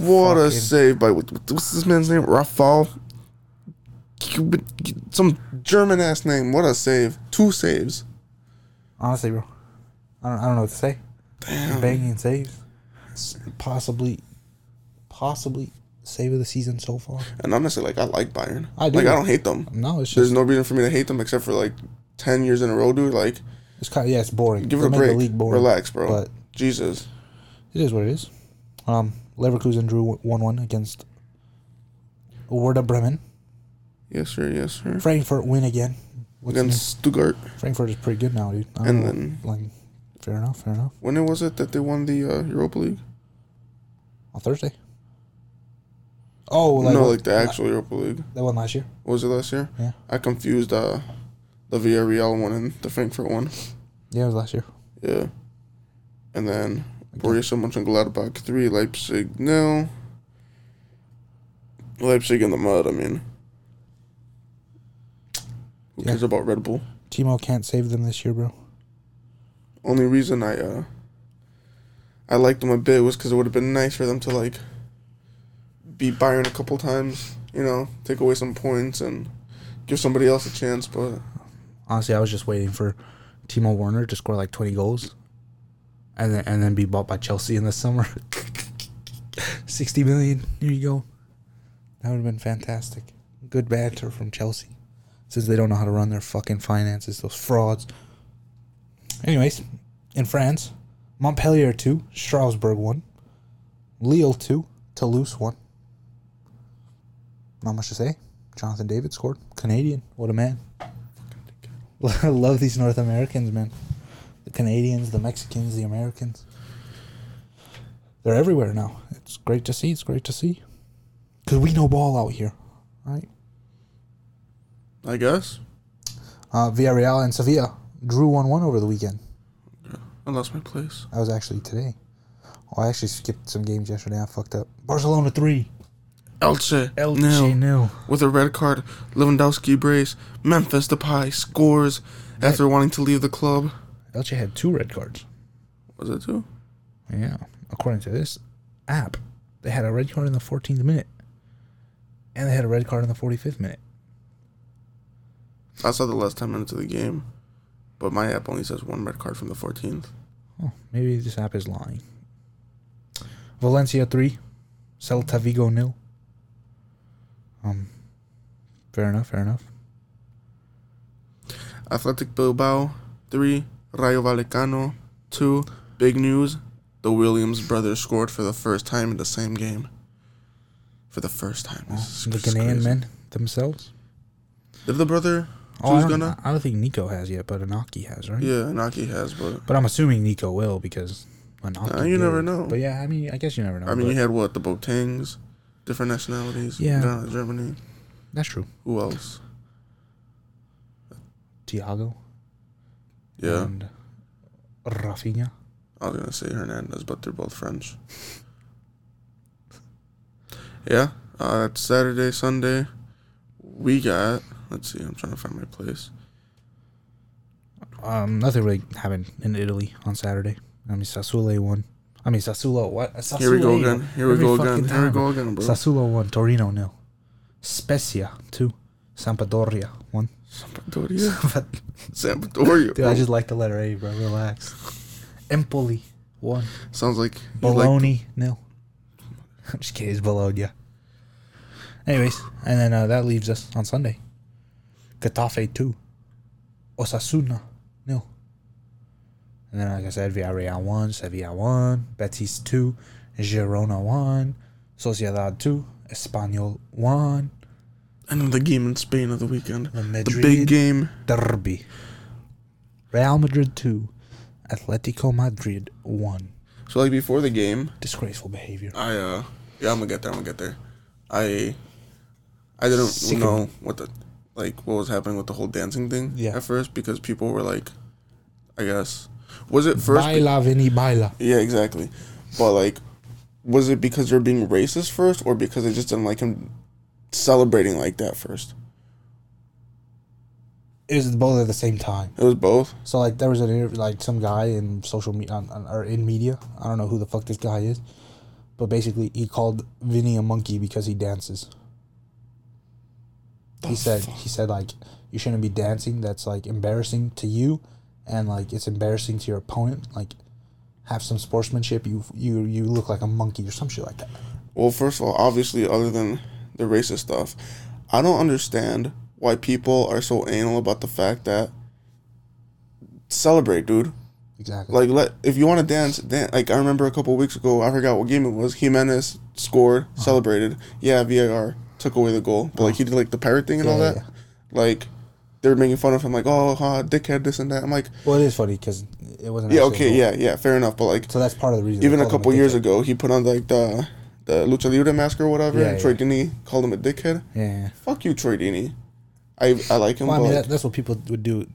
What a Fucking- save by what- what's this man's name? Rafael, Cuban, some German ass name. What a save! Two saves. Honestly, bro, I don't, I don't know what to say. Banging saves, S- possibly, possibly save of the season so far. And honestly, like I like Bayern. I do. Like I don't hate them. No, it's just There's no reason for me to hate them except for like ten years in a row, dude. Like it's kind of yeah, it's boring. give They it a made break. boring, Relax, bro. But Jesus. it is what it is. Um, Leverkusen drew one one against Werder Bremen. Yes sir. Yes sir. Frankfurt win again. What's Against Stuttgart. new? Frankfurt is pretty good now, dude. I And know, then- like, fair enough, fair enough. When it was it that they won the uh, Europa League? On Thursday. Oh, like, no, what- like the actual Europa League. that one last year. What was it last year? Yeah. I confused uh, the Villarreal one and the Frankfurt one. Yeah, it was last year. Yeah. And then Borussia Mönchengladbach 3, Leipzig nil. Leipzig in the mud, I mean. Who Yeah. cares about Red Bull? Timo can't save them this year, bro. Only reason I uh I liked them a bit was because it would have been nice for them to like beat Bayern a couple times, you know, take away some points and give somebody else a chance. But Honestly, I was just waiting for Timo Werner to score like 20 goals and then, and then be bought by Chelsea in the summer. 60 million. Here you go. That would have been fantastic. Good banter from Chelsea since they don't know how to run their fucking finances, those frauds. Anyways, in France, Montpellier 2, Strasbourg 1, Lille 2, Toulouse 1. Not much to say. Jonathan David scored. Canadian. What a man. I love these North Americans, man. The Canadians, the Mexicans, the Americans. They're everywhere now. It's great to see. It's great to see. Because we know ball out here, right? I guess Uh, Villarreal and Sevilla drew 1 1 over the weekend. I lost my place. That was actually today. Oh, I actually skipped some games yesterday. I fucked up. Barcelona 3. Elche. nil. Elche nil. with a red card, Lewandowski brace, Memphis Depay scores after wanting to leave the club. Elche had two red cards. Was it two? Yeah. According to this app, they had a red card in the 14th minute. And they had a red card in the 45th minute. I saw the last 10 minutes of the game, but my app only says one red card from the 14th. Oh, maybe this app is lying. Valencia three, Celta Vigo nil. Um, Fair enough. Fair enough. Athletic Bilbao, three. Rayo Vallecano, two. Big news: the Williams brothers scored for the first time in the same game. For the first time, This is Uh, the just Ghanaian crazy. men themselves. Did the brother Oh, I who's don't, gonna? I don't think Nico has yet, but Anaki has, right? Yeah, Naki has, but But I'm assuming Nico will because Anaki. Uh, you never did. know. But yeah, I mean, I guess you never know. I mean, but you had what the Botangs, different nationalities. Yeah. down in Germany. that's true. Who else? Tiago Yeah, and Rafinha. I was gonna say Hernandez, but they're both French. yeah, uh, that's Saturday, Sunday. We got. Let's see. I'm trying to find my place. Um, nothing really happened in Italy on Saturday. I mean, Sassuolo won. I mean, Sassuolo what? Sassuolo. Here we go again. Here we Every go fucking again. Here we time. go again, bro. Sassuolo won. Torino nil. Spezia two. Sampdoria one. Sampdoria. Sampdoria. Dude, I bro. just like the letter A, bro. Relax. Empoli one. Sounds like you like Bologna nil. I'm just kidding. It's Bologna. Anyways, and then uh, that leaves us on Sunday. Getafe two. Osasuna nil. And then, like I said, Villarreal one, Sevilla one, Betis two, Girona one, Sociedad two, Espanyol one, And the game in Spain of the weekend. The The Madrid big game. Derby. Real Madrid two, Atletico Madrid one. So like before the game, Disgraceful behavior. I uh yeah, I'm gonna get there, I'm gonna get there. I I didn't Sick of- know what the like what was happening with the whole dancing thing Yeah. at first because people were like I guess was it first be- Baila, Vini, baila. Yeah, exactly. But like was it because they're being racist first or because they just didn't like him celebrating like that first? It was both at the same time. It was both. So like there was an interview, like some guy in social media on, on, or in media. I don't know who the fuck this guy is, but basically he called Vinny a monkey because he dances. he said he said like you shouldn't be dancing. That's like embarrassing to you, and like it's embarrassing to your opponent. Like have some sportsmanship. You you you look like a monkey or some shit like that. Well, first of all, obviously, other than the racist stuff, I don't understand why people are so anal about the fact that celebrate, dude. Exactly. Like, let if you want to dance, dance. Like, I remember a couple weeks ago, I forgot what game it was. Jimenez scored, Uh-huh. celebrated. Yeah, VAR took away the goal, but like he did like the pirate thing and all Yeah, that. yeah, Like, they were making fun of him, like, oh, ha, dickhead, this and that. I'm like, well, it is funny because it wasn't. yeah, actually a okay, goal. yeah, yeah, fair enough, but like, So that's part of the reason. they even a called him couple years dickhead. ago, he put on like the the lucha libre mask or whatever, Yeah, and Troy yeah. Deeney called him a dickhead. Yeah. yeah. Fuck you, Troy Deeney. I I like him, Well, I but mean, like, that, that's what people would do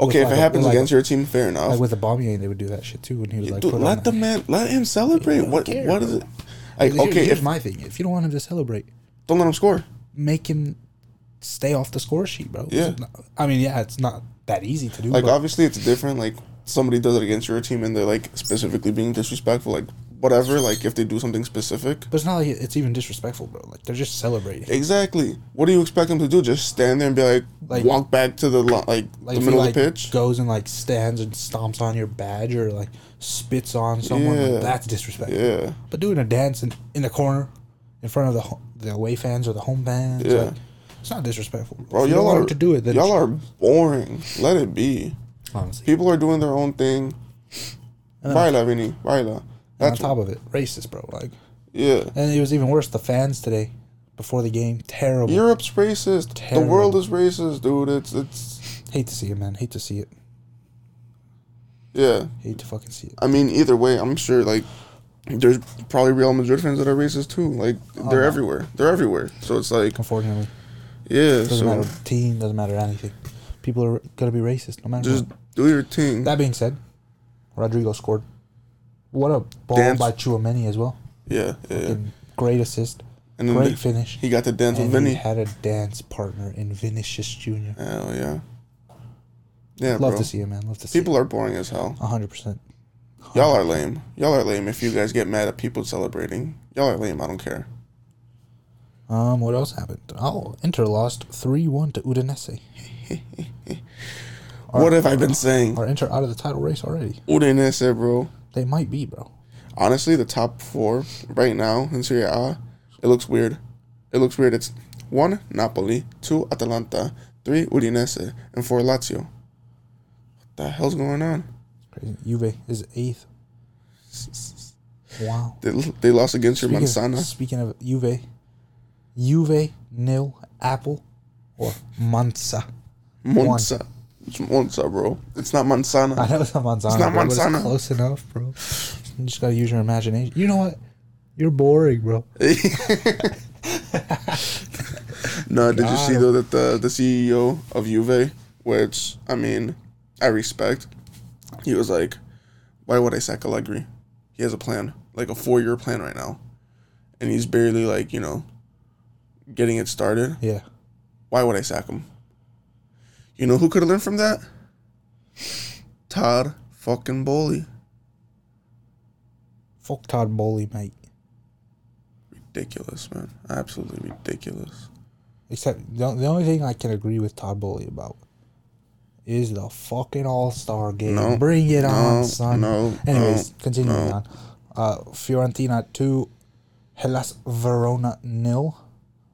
okay, if like it a- happens like a- against your team, fair enough. Like with the bombing, they would do that shit too. When he was like, Dude, put let on the man, let him celebrate. don't what care, what is bro. it? Like, Here- okay, here's if my thing: if you don't want him to celebrate, don't let him score. make him stay off the score sheet, bro. It's Yeah. not- I mean, yeah, it's not that easy to do. Like but obviously, it's different. Like somebody does it against your team, and they're like specifically being disrespectful. Like whatever. Like if they do something specific. but it's not like it's even disrespectful, bro. Like they're just celebrating. Exactly. What do you expect him to do? Just stand there and be like, Like- walk back to the lo- like, Like the if middle he like of the pitch. goes and like stands and stomps on your badge or like spits on someone, like, Yeah. that's disrespectful. Yeah. But doing a dance in, in the corner, in front of the ho- the away fans or the home fans, Yeah. like, it's not disrespectful. Bro, Bro, If you y'all don't want are him to do it. Then y'all it's- are boring. Let it be. honestly. People are doing their own thing. And then Baila, Vinny. Baila. And on That's top of it, racist, bro. Like, yeah. and it was even worse. The fans today, before the game, terrible. Europe's racist. The Terrible. world is racist, dude. It's it's Hate to see it, man. Hate to see it. yeah. Hate to fucking see it. I mean, either way, I'm sure like there's probably Real Madrid fans that are racist too. Like they're no. everywhere. They're everywhere. So it's like Unfortunately, yeah. doesn't So matter team, doesn't matter anything. People are gonna be racist no matter. just what. do your thing. That being said, Rodrigo scored. What a ball Dance. by Chouameni as well. Yeah, yeah. yeah. And great assist, And then great the- finish. he got to dance with and he Oh, Vinny. had a dance partner in Vinicius Jr. Oh yeah. Yeah, Love bro. to see him, man. Love to see. People are boring as hell. him. hundred percent. Y'all are lame. Y'all are lame if you guys get mad at people celebrating. Y'all are lame. I don't care. Um, what else happened? Oh, Inter lost three one to Udinese. what have I been saying? Are Inter out of the title race already? Udinese, bro. They might be, bro. Honestly, the top four right now in Serie A, it looks weird. It looks weird. It's 1. Napoli. 2. Atalanta. 3. Udinese. And 4. Lazio. What the hell's going on? Crazy. Juve is eighth. Wow. They, they lost against your Of, Manzana. speaking of Juve, Juve nil Apple or Mansa. Monza. It's Monza, bro. It's not Manzana. I know it's not Manzana. It's not bro, but Manzana. It's close enough, bro. You just gotta use your imagination. You know what? You're boring, bro. no, did you Got see him. though that the the CEO of Juve, which I mean, I respect. He was like, "Why would I sack Allegri? He has a plan, like a four year plan right now, and he's barely like you know, getting it started. Yeah. Why would I sack him? You know who could have learned from that? Todd fucking Bowley. Fuck Todd Bowley, mate. Ridiculous, man. Absolutely ridiculous. Except the, the only thing I can agree with Todd Bowley about is the fucking All Star game. No, Bring it no, on, son. no, Anyways, no, continuing no. on. Uh, Fiorentina two, Hellas Verona nil,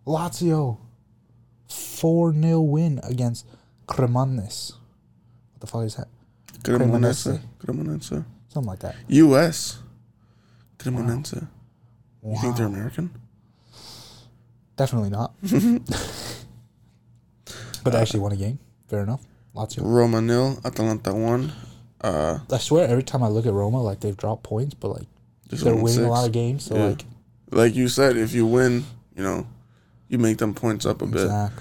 Lazio four 0 win against Cremonese. What the fuck is that? Cremonese. Cremonese. Something like that. U.S. Cremonense. You think they're Wow. American? Definitely not. but Uh, they actually won a game. Fair enough. Lazio. Roma nil, Atalanta one. Uh, I swear, every time I look at Roma, like they've dropped points, but like just they're one winning six. a lot of games. So Yeah. like, Like you said, if you win, you know, you make them points up a bit. Exact.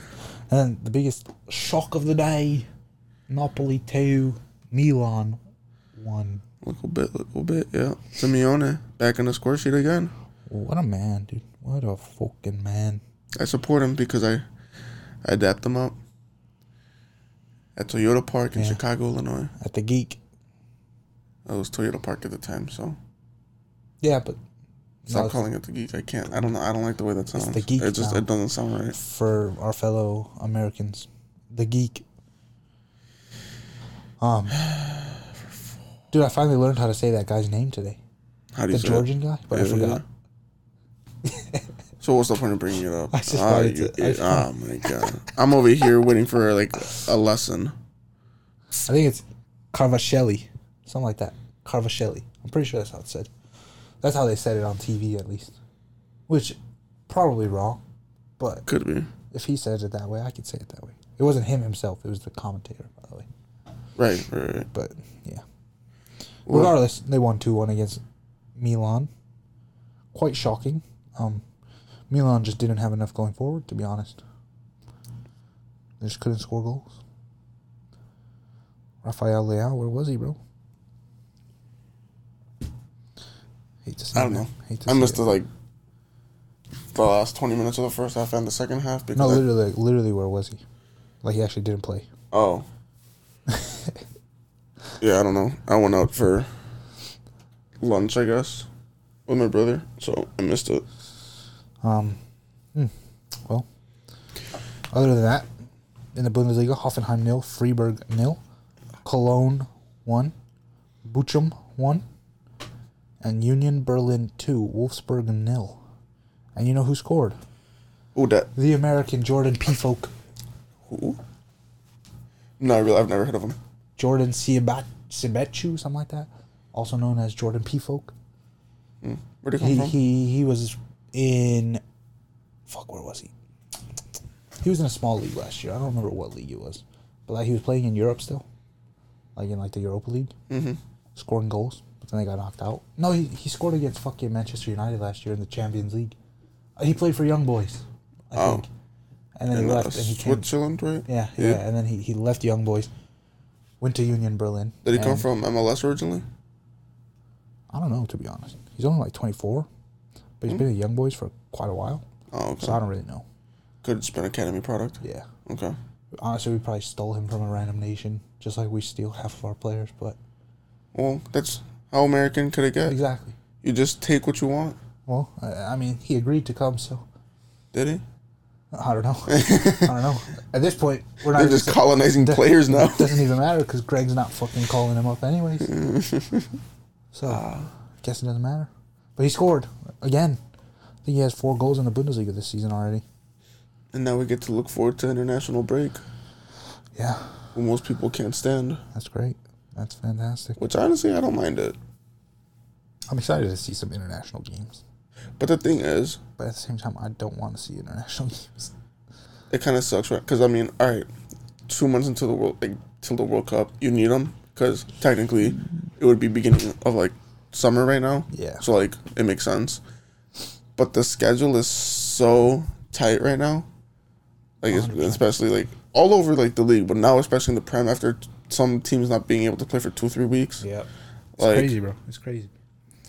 And then the biggest shock of the day: Napoli two, Milan one. Little bit, little bit, yeah. Simeone back on the score sheet again. What a man, dude! What a fucking man! I support him because I, I adapt him up. At Toyota Park in Yeah. Chicago, Illinois. At the geek, That was Toyota Park at the time, so yeah, but stop no, it's calling it the geek. I can't. I don't know. I don't like the way that sounds. the geek It just now. it doesn't sound right. for our fellow Americans, the geek. Um, dude, I finally learned how to say that guy's name today. How do you The say Georgian guy, but I Yeah, forgot. so what's the point of bringing it up? I just Ah, wanted you to- I i- ah, my god! I'm over here waiting for like a lesson. I think it's Carvachelli, something like that. Carvachelli. I'm pretty sure that's how it's said. That's how they said it on TV, at least. Which, probably wrong, but Could be if he says it that way, I could say it that way. It wasn't him himself; it was the commentator, by the way. right, right. right. But yeah, Well- regardless, they won two one against Milan. Quite shocking. Um, Milan just didn't have enough going forward, to be honest. They just couldn't score goals. Rafael Leao, where was he, bro? Hate to say I don't it, know. man. Hate to I say missed it. the, like the last 20 minutes of the first half and the second half because No, I- literally, like, literally, where was he? Like he actually didn't play. oh. yeah, I don't know. I went out for lunch, I guess, with my brother, so I missed it. Um, hmm. Well, other than that, in the Bundesliga, Hoffenheim nil, Freiburg nil, Cologne one, Bochum one, and Union Berlin two, Wolfsburg nil. And you know who scored? Ooh, that. The American Jordan P. Folk, Who? No, I really, I've never heard of him. Jordan Sibat Sibechu, something like that, also known as Jordan P. Folk. Where'd he come He from? he he was in, fuck, where was he? He was in a small league last year. I don't remember what league it was, but like he was playing in Europe still, like in like the Europa League, Mhm. scoring goals. But then they got knocked out. No, he, he scored against fucking Manchester United last year in the Champions League. Uh, He played for Young Boys, I Oh. think, and then In, he uh, left and he came. Switzerland, right? Yeah, yeah, and then he, he left Young Boys, went to Union Berlin. Did he come and- from MLS originally? I don't know to be honest. He's only like twenty four, but Hmm. he's been at Young Boys for quite a while. Oh, okay. So I don't really know. Could it's been Academy product. Yeah. Okay. Honestly, we probably stole him from a random nation, just like we steal half of our players. But Well, that's how American could it get. exactly. You just take what you want. Well, I, I mean, he agreed to come, so Did he? I don't know. I don't know. At this point, we're not. They're even just colonizing Does- players now. doesn't even matter because Greg's not fucking calling him up anyways. so, guess it doesn't matter. But he scored again. I think he has four goals in the Bundesliga this season already. And now we get to look forward to international break, Yeah, where most people can't stand. that's great. That's fantastic. Which honestly, I don't mind it. I'm excited to see some international games, But the thing is, but at the same time, I don't want to see international games. it kind of sucks, right? Because I mean, all right, two months into the world, like till the World Cup, you need them because technically, it would be beginning of like summer right now. Yeah. So like, it makes sense. But the schedule is so tight right now, like it's, especially like all over like the league, but now especially in the prem after t- some teams not being able to play for two three weeks. Yep. It's Like- crazy, bro. It's crazy.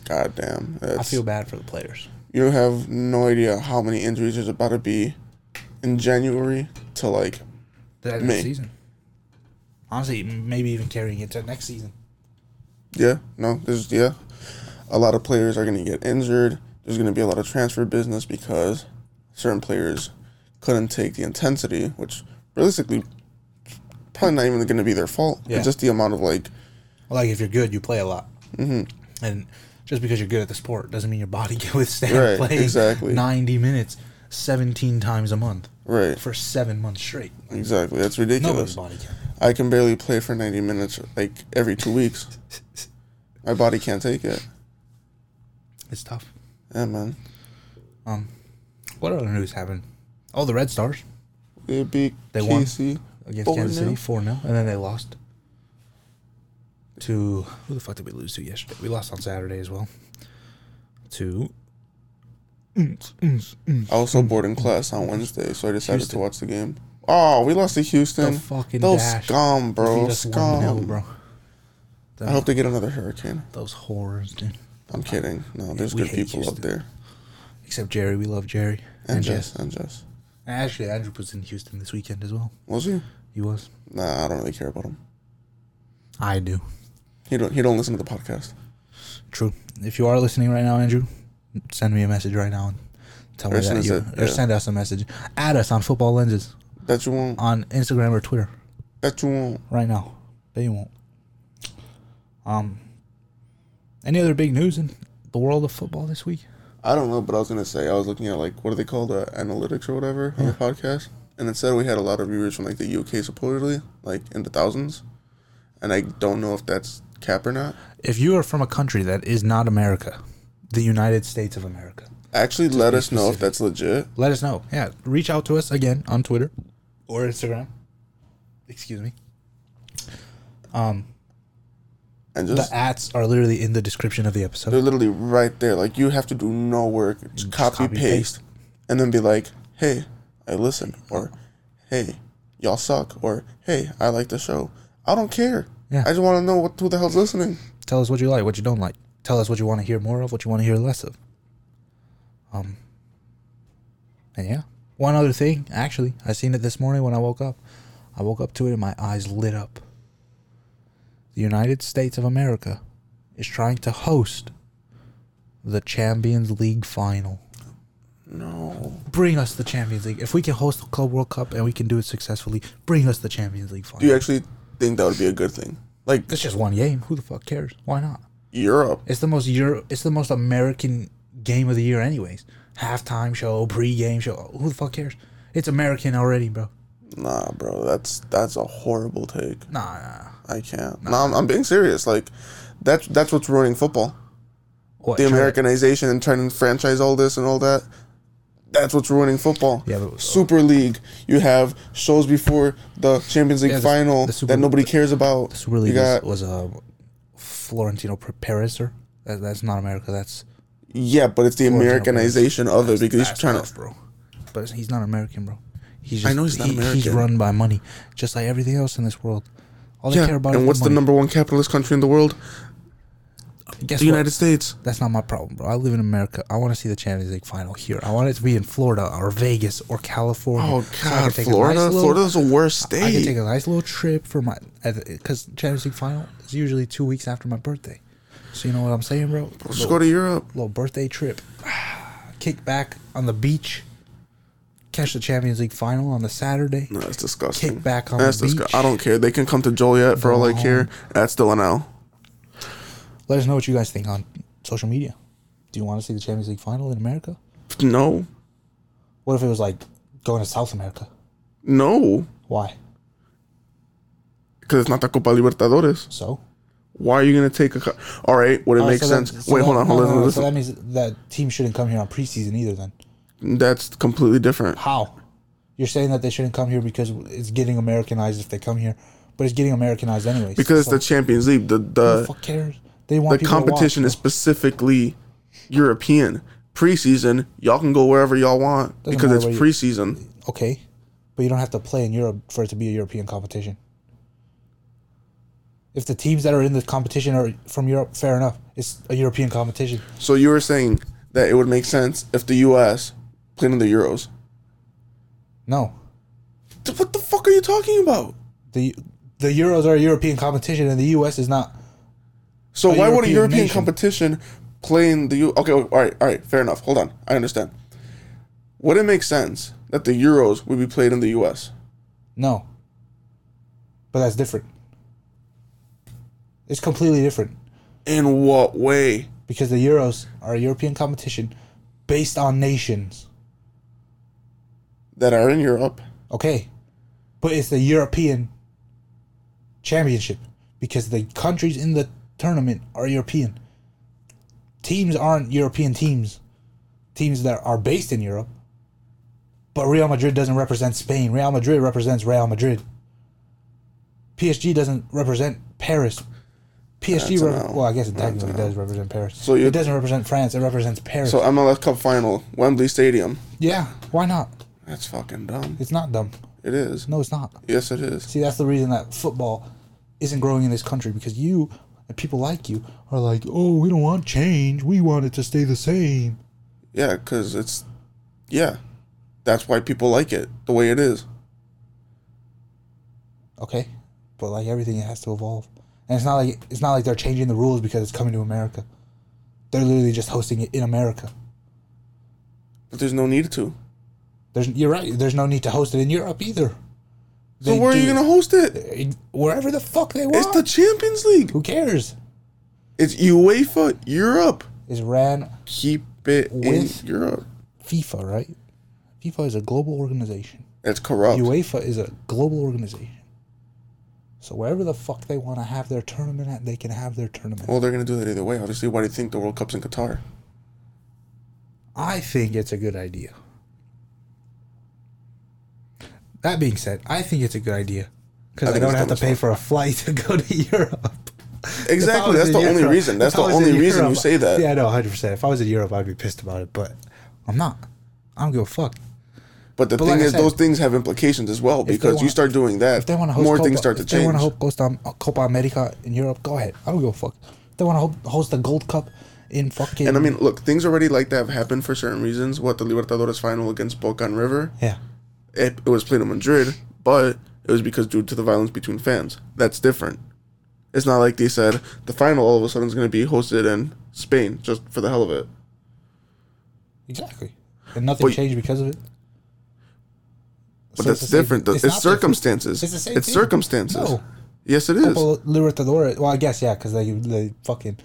God damn. I that's- feel bad for the players. You have no idea how many injuries there's about to be in January to like That Me. season. Honestly, m- maybe even carrying it to next season. Yeah, no, there's yeah, a lot of players are going to get injured. There's going to be a lot of transfer business because certain players couldn't take the intensity, which realistically probably not even going to be their fault. Yeah. It's just the amount of like, Like if you're good, you play a lot. Mm-hmm. And just because you're good at the sport doesn't mean your body can withstand Right, playing exactly. 90 minutes, 17 times a month right, for seven months straight. exactly. That's Nobody's ridiculous. body can. I can barely play for 90 minutes like every 2 weeks. My body can't take it. It's tough. Yeah, man. Um, what other news happened? Oh, the Red Stars They beat They won. KC. against Four Kansas nil. City, 4 0. And then they lost to. Who the fuck did we lose to yesterday? We lost on Saturday as well. To. I was so bored in class on Wednesday, so I decided Houston. to watch the game. Oh, we lost to Houston. The fucking Those dash. scum, bro. Beat us 1-0, Scum. bro. I hope they get another hurricane. Those horrors, dude. I'm kidding. No, there's we good hate people up Houston. there. Except Jerry. We love Jerry. And, Jess. And Jess. Actually, Andrew was in Houston this weekend as well. Was he? He was. Nah, I don't really care about him. I do. He don't. He don't listen to the podcast. True. If you are listening right now, Andrew, send me a message right now and tell Or me send that us you a- or yeah. send us a message. Add us on Football Lenses That you won't. on Instagram or Twitter That you won't. right now. They won't. Um. Any other big news in the world of football this week? I don't know, but I was gonna say I was looking at like what do they call the analytics or whatever on the podcast, and it said we had a lot of viewers from like the UK supposedly, like in the thousands, and I don't know if that's cap or not. If you are from a country that is not America, the United States of America, Actually, let be us know if specific. that's legit. let us know. Yeah, reach out to us again on Twitter or Instagram. Excuse me. Um, And the just ads are literally in the description of the They're episode. literally right there. Like you have to do no work. Just copy, Mm, copy, paste, and then be like, "Hey, I listen," or "Hey, y'all suck," or "Hey, I like the show." I don't care. Yeah. I just want to know what who the hell's listening. Tell us what you like, what you don't like. Tell us what you want to hear more of, what you want to hear less of. Um, and yeah, one other thing. Actually, I seen it this morning when I woke up. I woke up to it and my eyes lit up. The United States of America is trying to host the Champions League final. No, bring us the Champions League. If we can host the Club World Cup and we can do it successfully, bring us the Champions League do you final. actually think that would be a good thing? Like It's just one game. Who the fuck cares? Why not? Europe, It's the most Euro- It's the most American game of the year, anyways. Halftime show, pre-game show. Who the fuck cares? It's American already, bro. nah, bro. That's that's a horrible take. Nah, nah. nah. I can't. No, I'm, I'm being serious. Like that's that's what's ruining football. What, the try- Americanization and trying to franchise all this and all that. That's what's ruining football. Yeah, but- uh, Super League. You have shows before the Champions League Yeah, the- final the Super that League- nobody cares about. The Super League You got, was, was um, Florentino P- Perez, sir. That, that's not America. That's yeah, but it's the Florentino Americanization of it because he's That's trying tough, to. bro. But he's not American, bro. He's I just, know he's not he- He's American. run by money, just like everything else in this world. All they Yeah, care about is and what's the money. number one capitalist country in the world? Guess The what? United States. That's not my problem, bro. I live in America. I want to see the Champions League final here. I want it to be in Florida or Vegas or California. Oh so I can God, take a nice Florida. little- Florida's the worst I can take state. a nice little trip for my because Champions League final is usually two weeks after my birthday. So you know what I'm saying, bro? Just Little- go to Europe. little birthday trip. Kick back on the beach. Catch the Champions League final on the Saturday. No, that's disgusting. Kick back on that's the disgu- beach. I don't care. They can come to Joliet for all I Go care. That's still an L. Let us know what you guys think on social media. Do you want to see the Champions League final in America? No, What if it was like Going to South America. No, Why? because it's not the Copa Libertadores. So? Why are you gonna take a? co- All right, would it Oh, make so Oh, that- sense? so Wait, that- hold on, no, hold on. no, no, So listen. that means that team shouldn't come here on preseason either. Then That's completely different. how? You're saying that they shouldn't come here because it's getting Americanized if they come here, but it's getting Americanized anyways. Because it's the Champions League. The the the fuck cares? They want the people to watch, competition is bro. specifically European. Preseason, y'all can go wherever y'all want because matter it's where you- preseason. okay, but you don't have to play in Europe for it to be a European competition. If the teams that are in the competition are from Europe, fair enough. It's a European competition. So you were saying that it would make sense if the U.S. played in the Euros. No, Th- What the fuck are you talking about? the the Euros are a European competition, and the U.S. is not. So why would a European European nation. competition play in the U? Okay, all right, all right, fair enough. Hold on, I understand. Would it make sense that the Euros would be played in the U.S.? No. But that's different. It's completely different In what way? because the Euros are a European competition based on nations. That are in Europe. Okay. But it's the European championship because the countries in the tournament are European. Teams aren't European teams. Teams that are based in Europe. But Real Madrid doesn't represent Spain. Real Madrid represents Real Madrid. PSG doesn't represent Paris. PSG, That's a rep- no. well, I guess it technically does represent Paris. So So you- it doesn't represent France. It represents Paris. So MLS Cup final, Wembley Stadium. yeah, why not? That's fucking dumb. It's not dumb. It is. No, it's not. Yes, it is. See, that's the reason that football isn't growing in this country because you and people like you are like, oh, we don't want change. We want it to stay the same. Yeah, because it's. Yeah. That's why people like it the way it is. Okay, but like everything, it has to evolve. And it's not like it's not like they're changing the rules because it's coming to America. They're literally just hosting it in America. But there's no need to. There's, you're right. There's no need to host it in Europe either. So They where are do you gonna host it? it Wherever the fuck they want. It's the Champions League. Who cares? It's UEFA Europe. It's ran Keep it With- in Europe. FIFA, right? FIFA is a global organization. It's corrupt. UEFA is a global organization. So wherever the fuck they want to have their tournament at, they can have their tournament. well, they're gonna do that either way. Obviously, why do you think the World Cup's in Qatar? I think it's a good idea. That being said, I think it's a good idea because I I, think don't it's have to dumb as pay for a flight to go to Europe. If I Exactly. was That's in the only Europe- reason. That's if I the was in only reason you Europe- say that. Yeah, I know, hundred percent. If I was in Europe, I'd be pissed about it, but I'm not. I don't give a fuck. But the But thing like I is, said- those things have implications as well because you want- start doing If that, they want to host more Copa, things start to if They want change. to host Costa, Copa America in Europe. Go ahead. I don't give a fuck. If they want to host the Gold Cup in fucking. And I mean, look, things already like that have happened for certain reasons. What the Libertadores final against Boca and River, yeah, it, it was played in Madrid, but it was because due to the violence between fans. That's different. It's not like they said the final all of a sudden is going to be hosted in Spain just for the hell of it. exactly. And nothing But- changed because of it. But that's different. though. It's, circumstances. It's the same It's thing. circumstances. No. Yes, it is. Well, Libertadores. Well, I guess yeah, because they they fucking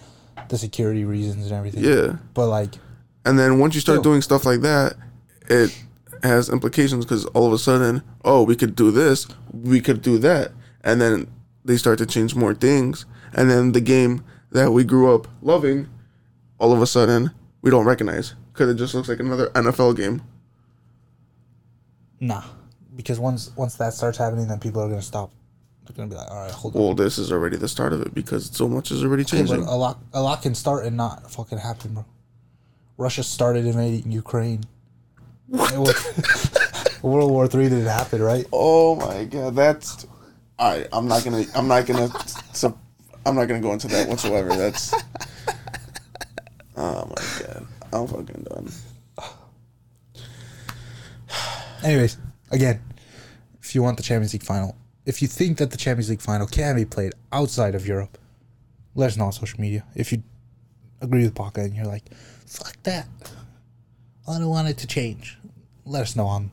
the security reasons and everything. Yeah. But like, And then once you start Still. doing stuff like that, it has implications because all of a sudden, oh, we could do this, we could do that, and then they start to change more things, and then the game that we grew up loving, all of a sudden we don't recognize because it just looks like another NFL game. nah, because once once that starts happening, then people are gonna stop. They're gonna be like, all right, hold on. Well, this is already the start of it because so much is already Okay, but changing. a lot a lot can start and not fucking happen, bro. Russia started invading Ukraine. It was- World War Three didn't happen, right? Oh my god, that's. All right, I'm not gonna. I'm not gonna. So, I'm not gonna go into that whatsoever. That's. Oh my god, I'm fucking done. Anyways, again, if you want the Champions League final, if you think that the Champions League final can be played outside of Europe, let us know on social media. If you agree with Baca and you're like, fuck that, I don't want it to change, let us know on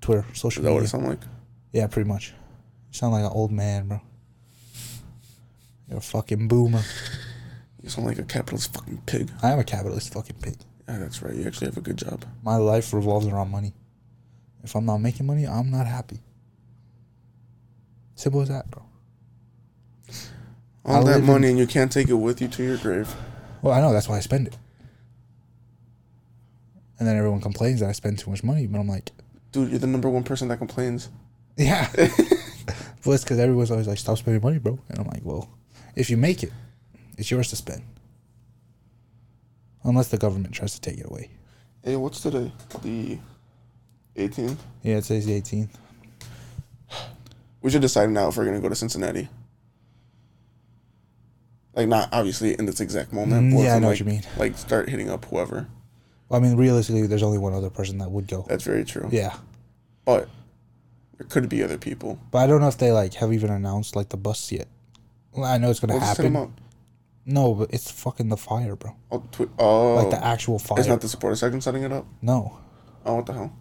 Twitter, social Is that what media. it sound like? Yeah, pretty much. You sound like an old man, bro. You're a fucking boomer. You sound like a capitalist fucking pig. I am a capitalist fucking pig. Yeah, that's right. You actually have a good job. My life revolves around money If I'm not making money, I'm not happy. Simple as that, bro. All I that live in- money and you can't take it with you to your grave. Well, I know that's why I spend it. And then everyone complains that I spend too much money, but I'm like, Dude, you're the number one person that complains. yeah. well, it's because everyone's always like, stop spending money, bro. And I'm like, well, if you make it, it's yours to spend. Unless the government tries to take it away. Hey, what's today? The 18th? Yeah, it says the 18th. We should decide now if we're going to go to Cincinnati. Like, not obviously in this exact moment. Mm, but yeah, I if know like, what you mean. Like, start hitting up whoever. Well, I mean, realistically, there's only one other person that would go. That's very true. Yeah. But there could be other people. But I don't know if they like have even announced like the bus yet. Well, I know it's gonna We'll just hit happen. them up. No, but it's fucking the fire, bro. I'll twi- oh, Like the actual fire. it's not the supporter section setting it up? no. Oh, what the hell?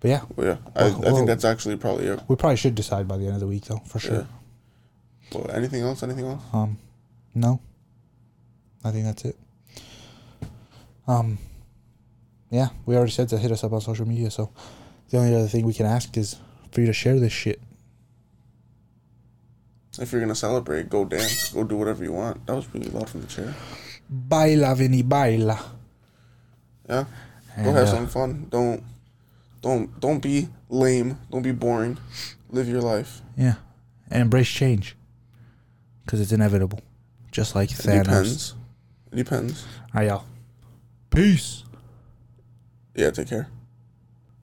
But yeah, Well, yeah, I, I Well- think that's actually probably it. we probably should decide by the end of the week though, for sure. Well, anything else? Anything else? Um, no. I think that's it. Um, yeah, we already said to hit us up on social media. So the only other thing we can ask is for you to share this shit. If you're gonna celebrate, go dance, go do whatever you want. That was really loud from the chair. Baila, veni, baila. Yeah, go And, have uh, some fun. Don't, don't, don't be lame. Don't be boring. Live your life. Yeah, and embrace change, because it's inevitable, just like It Thanos. depends. It depends. All right, y'all. Peace. Yeah, take care.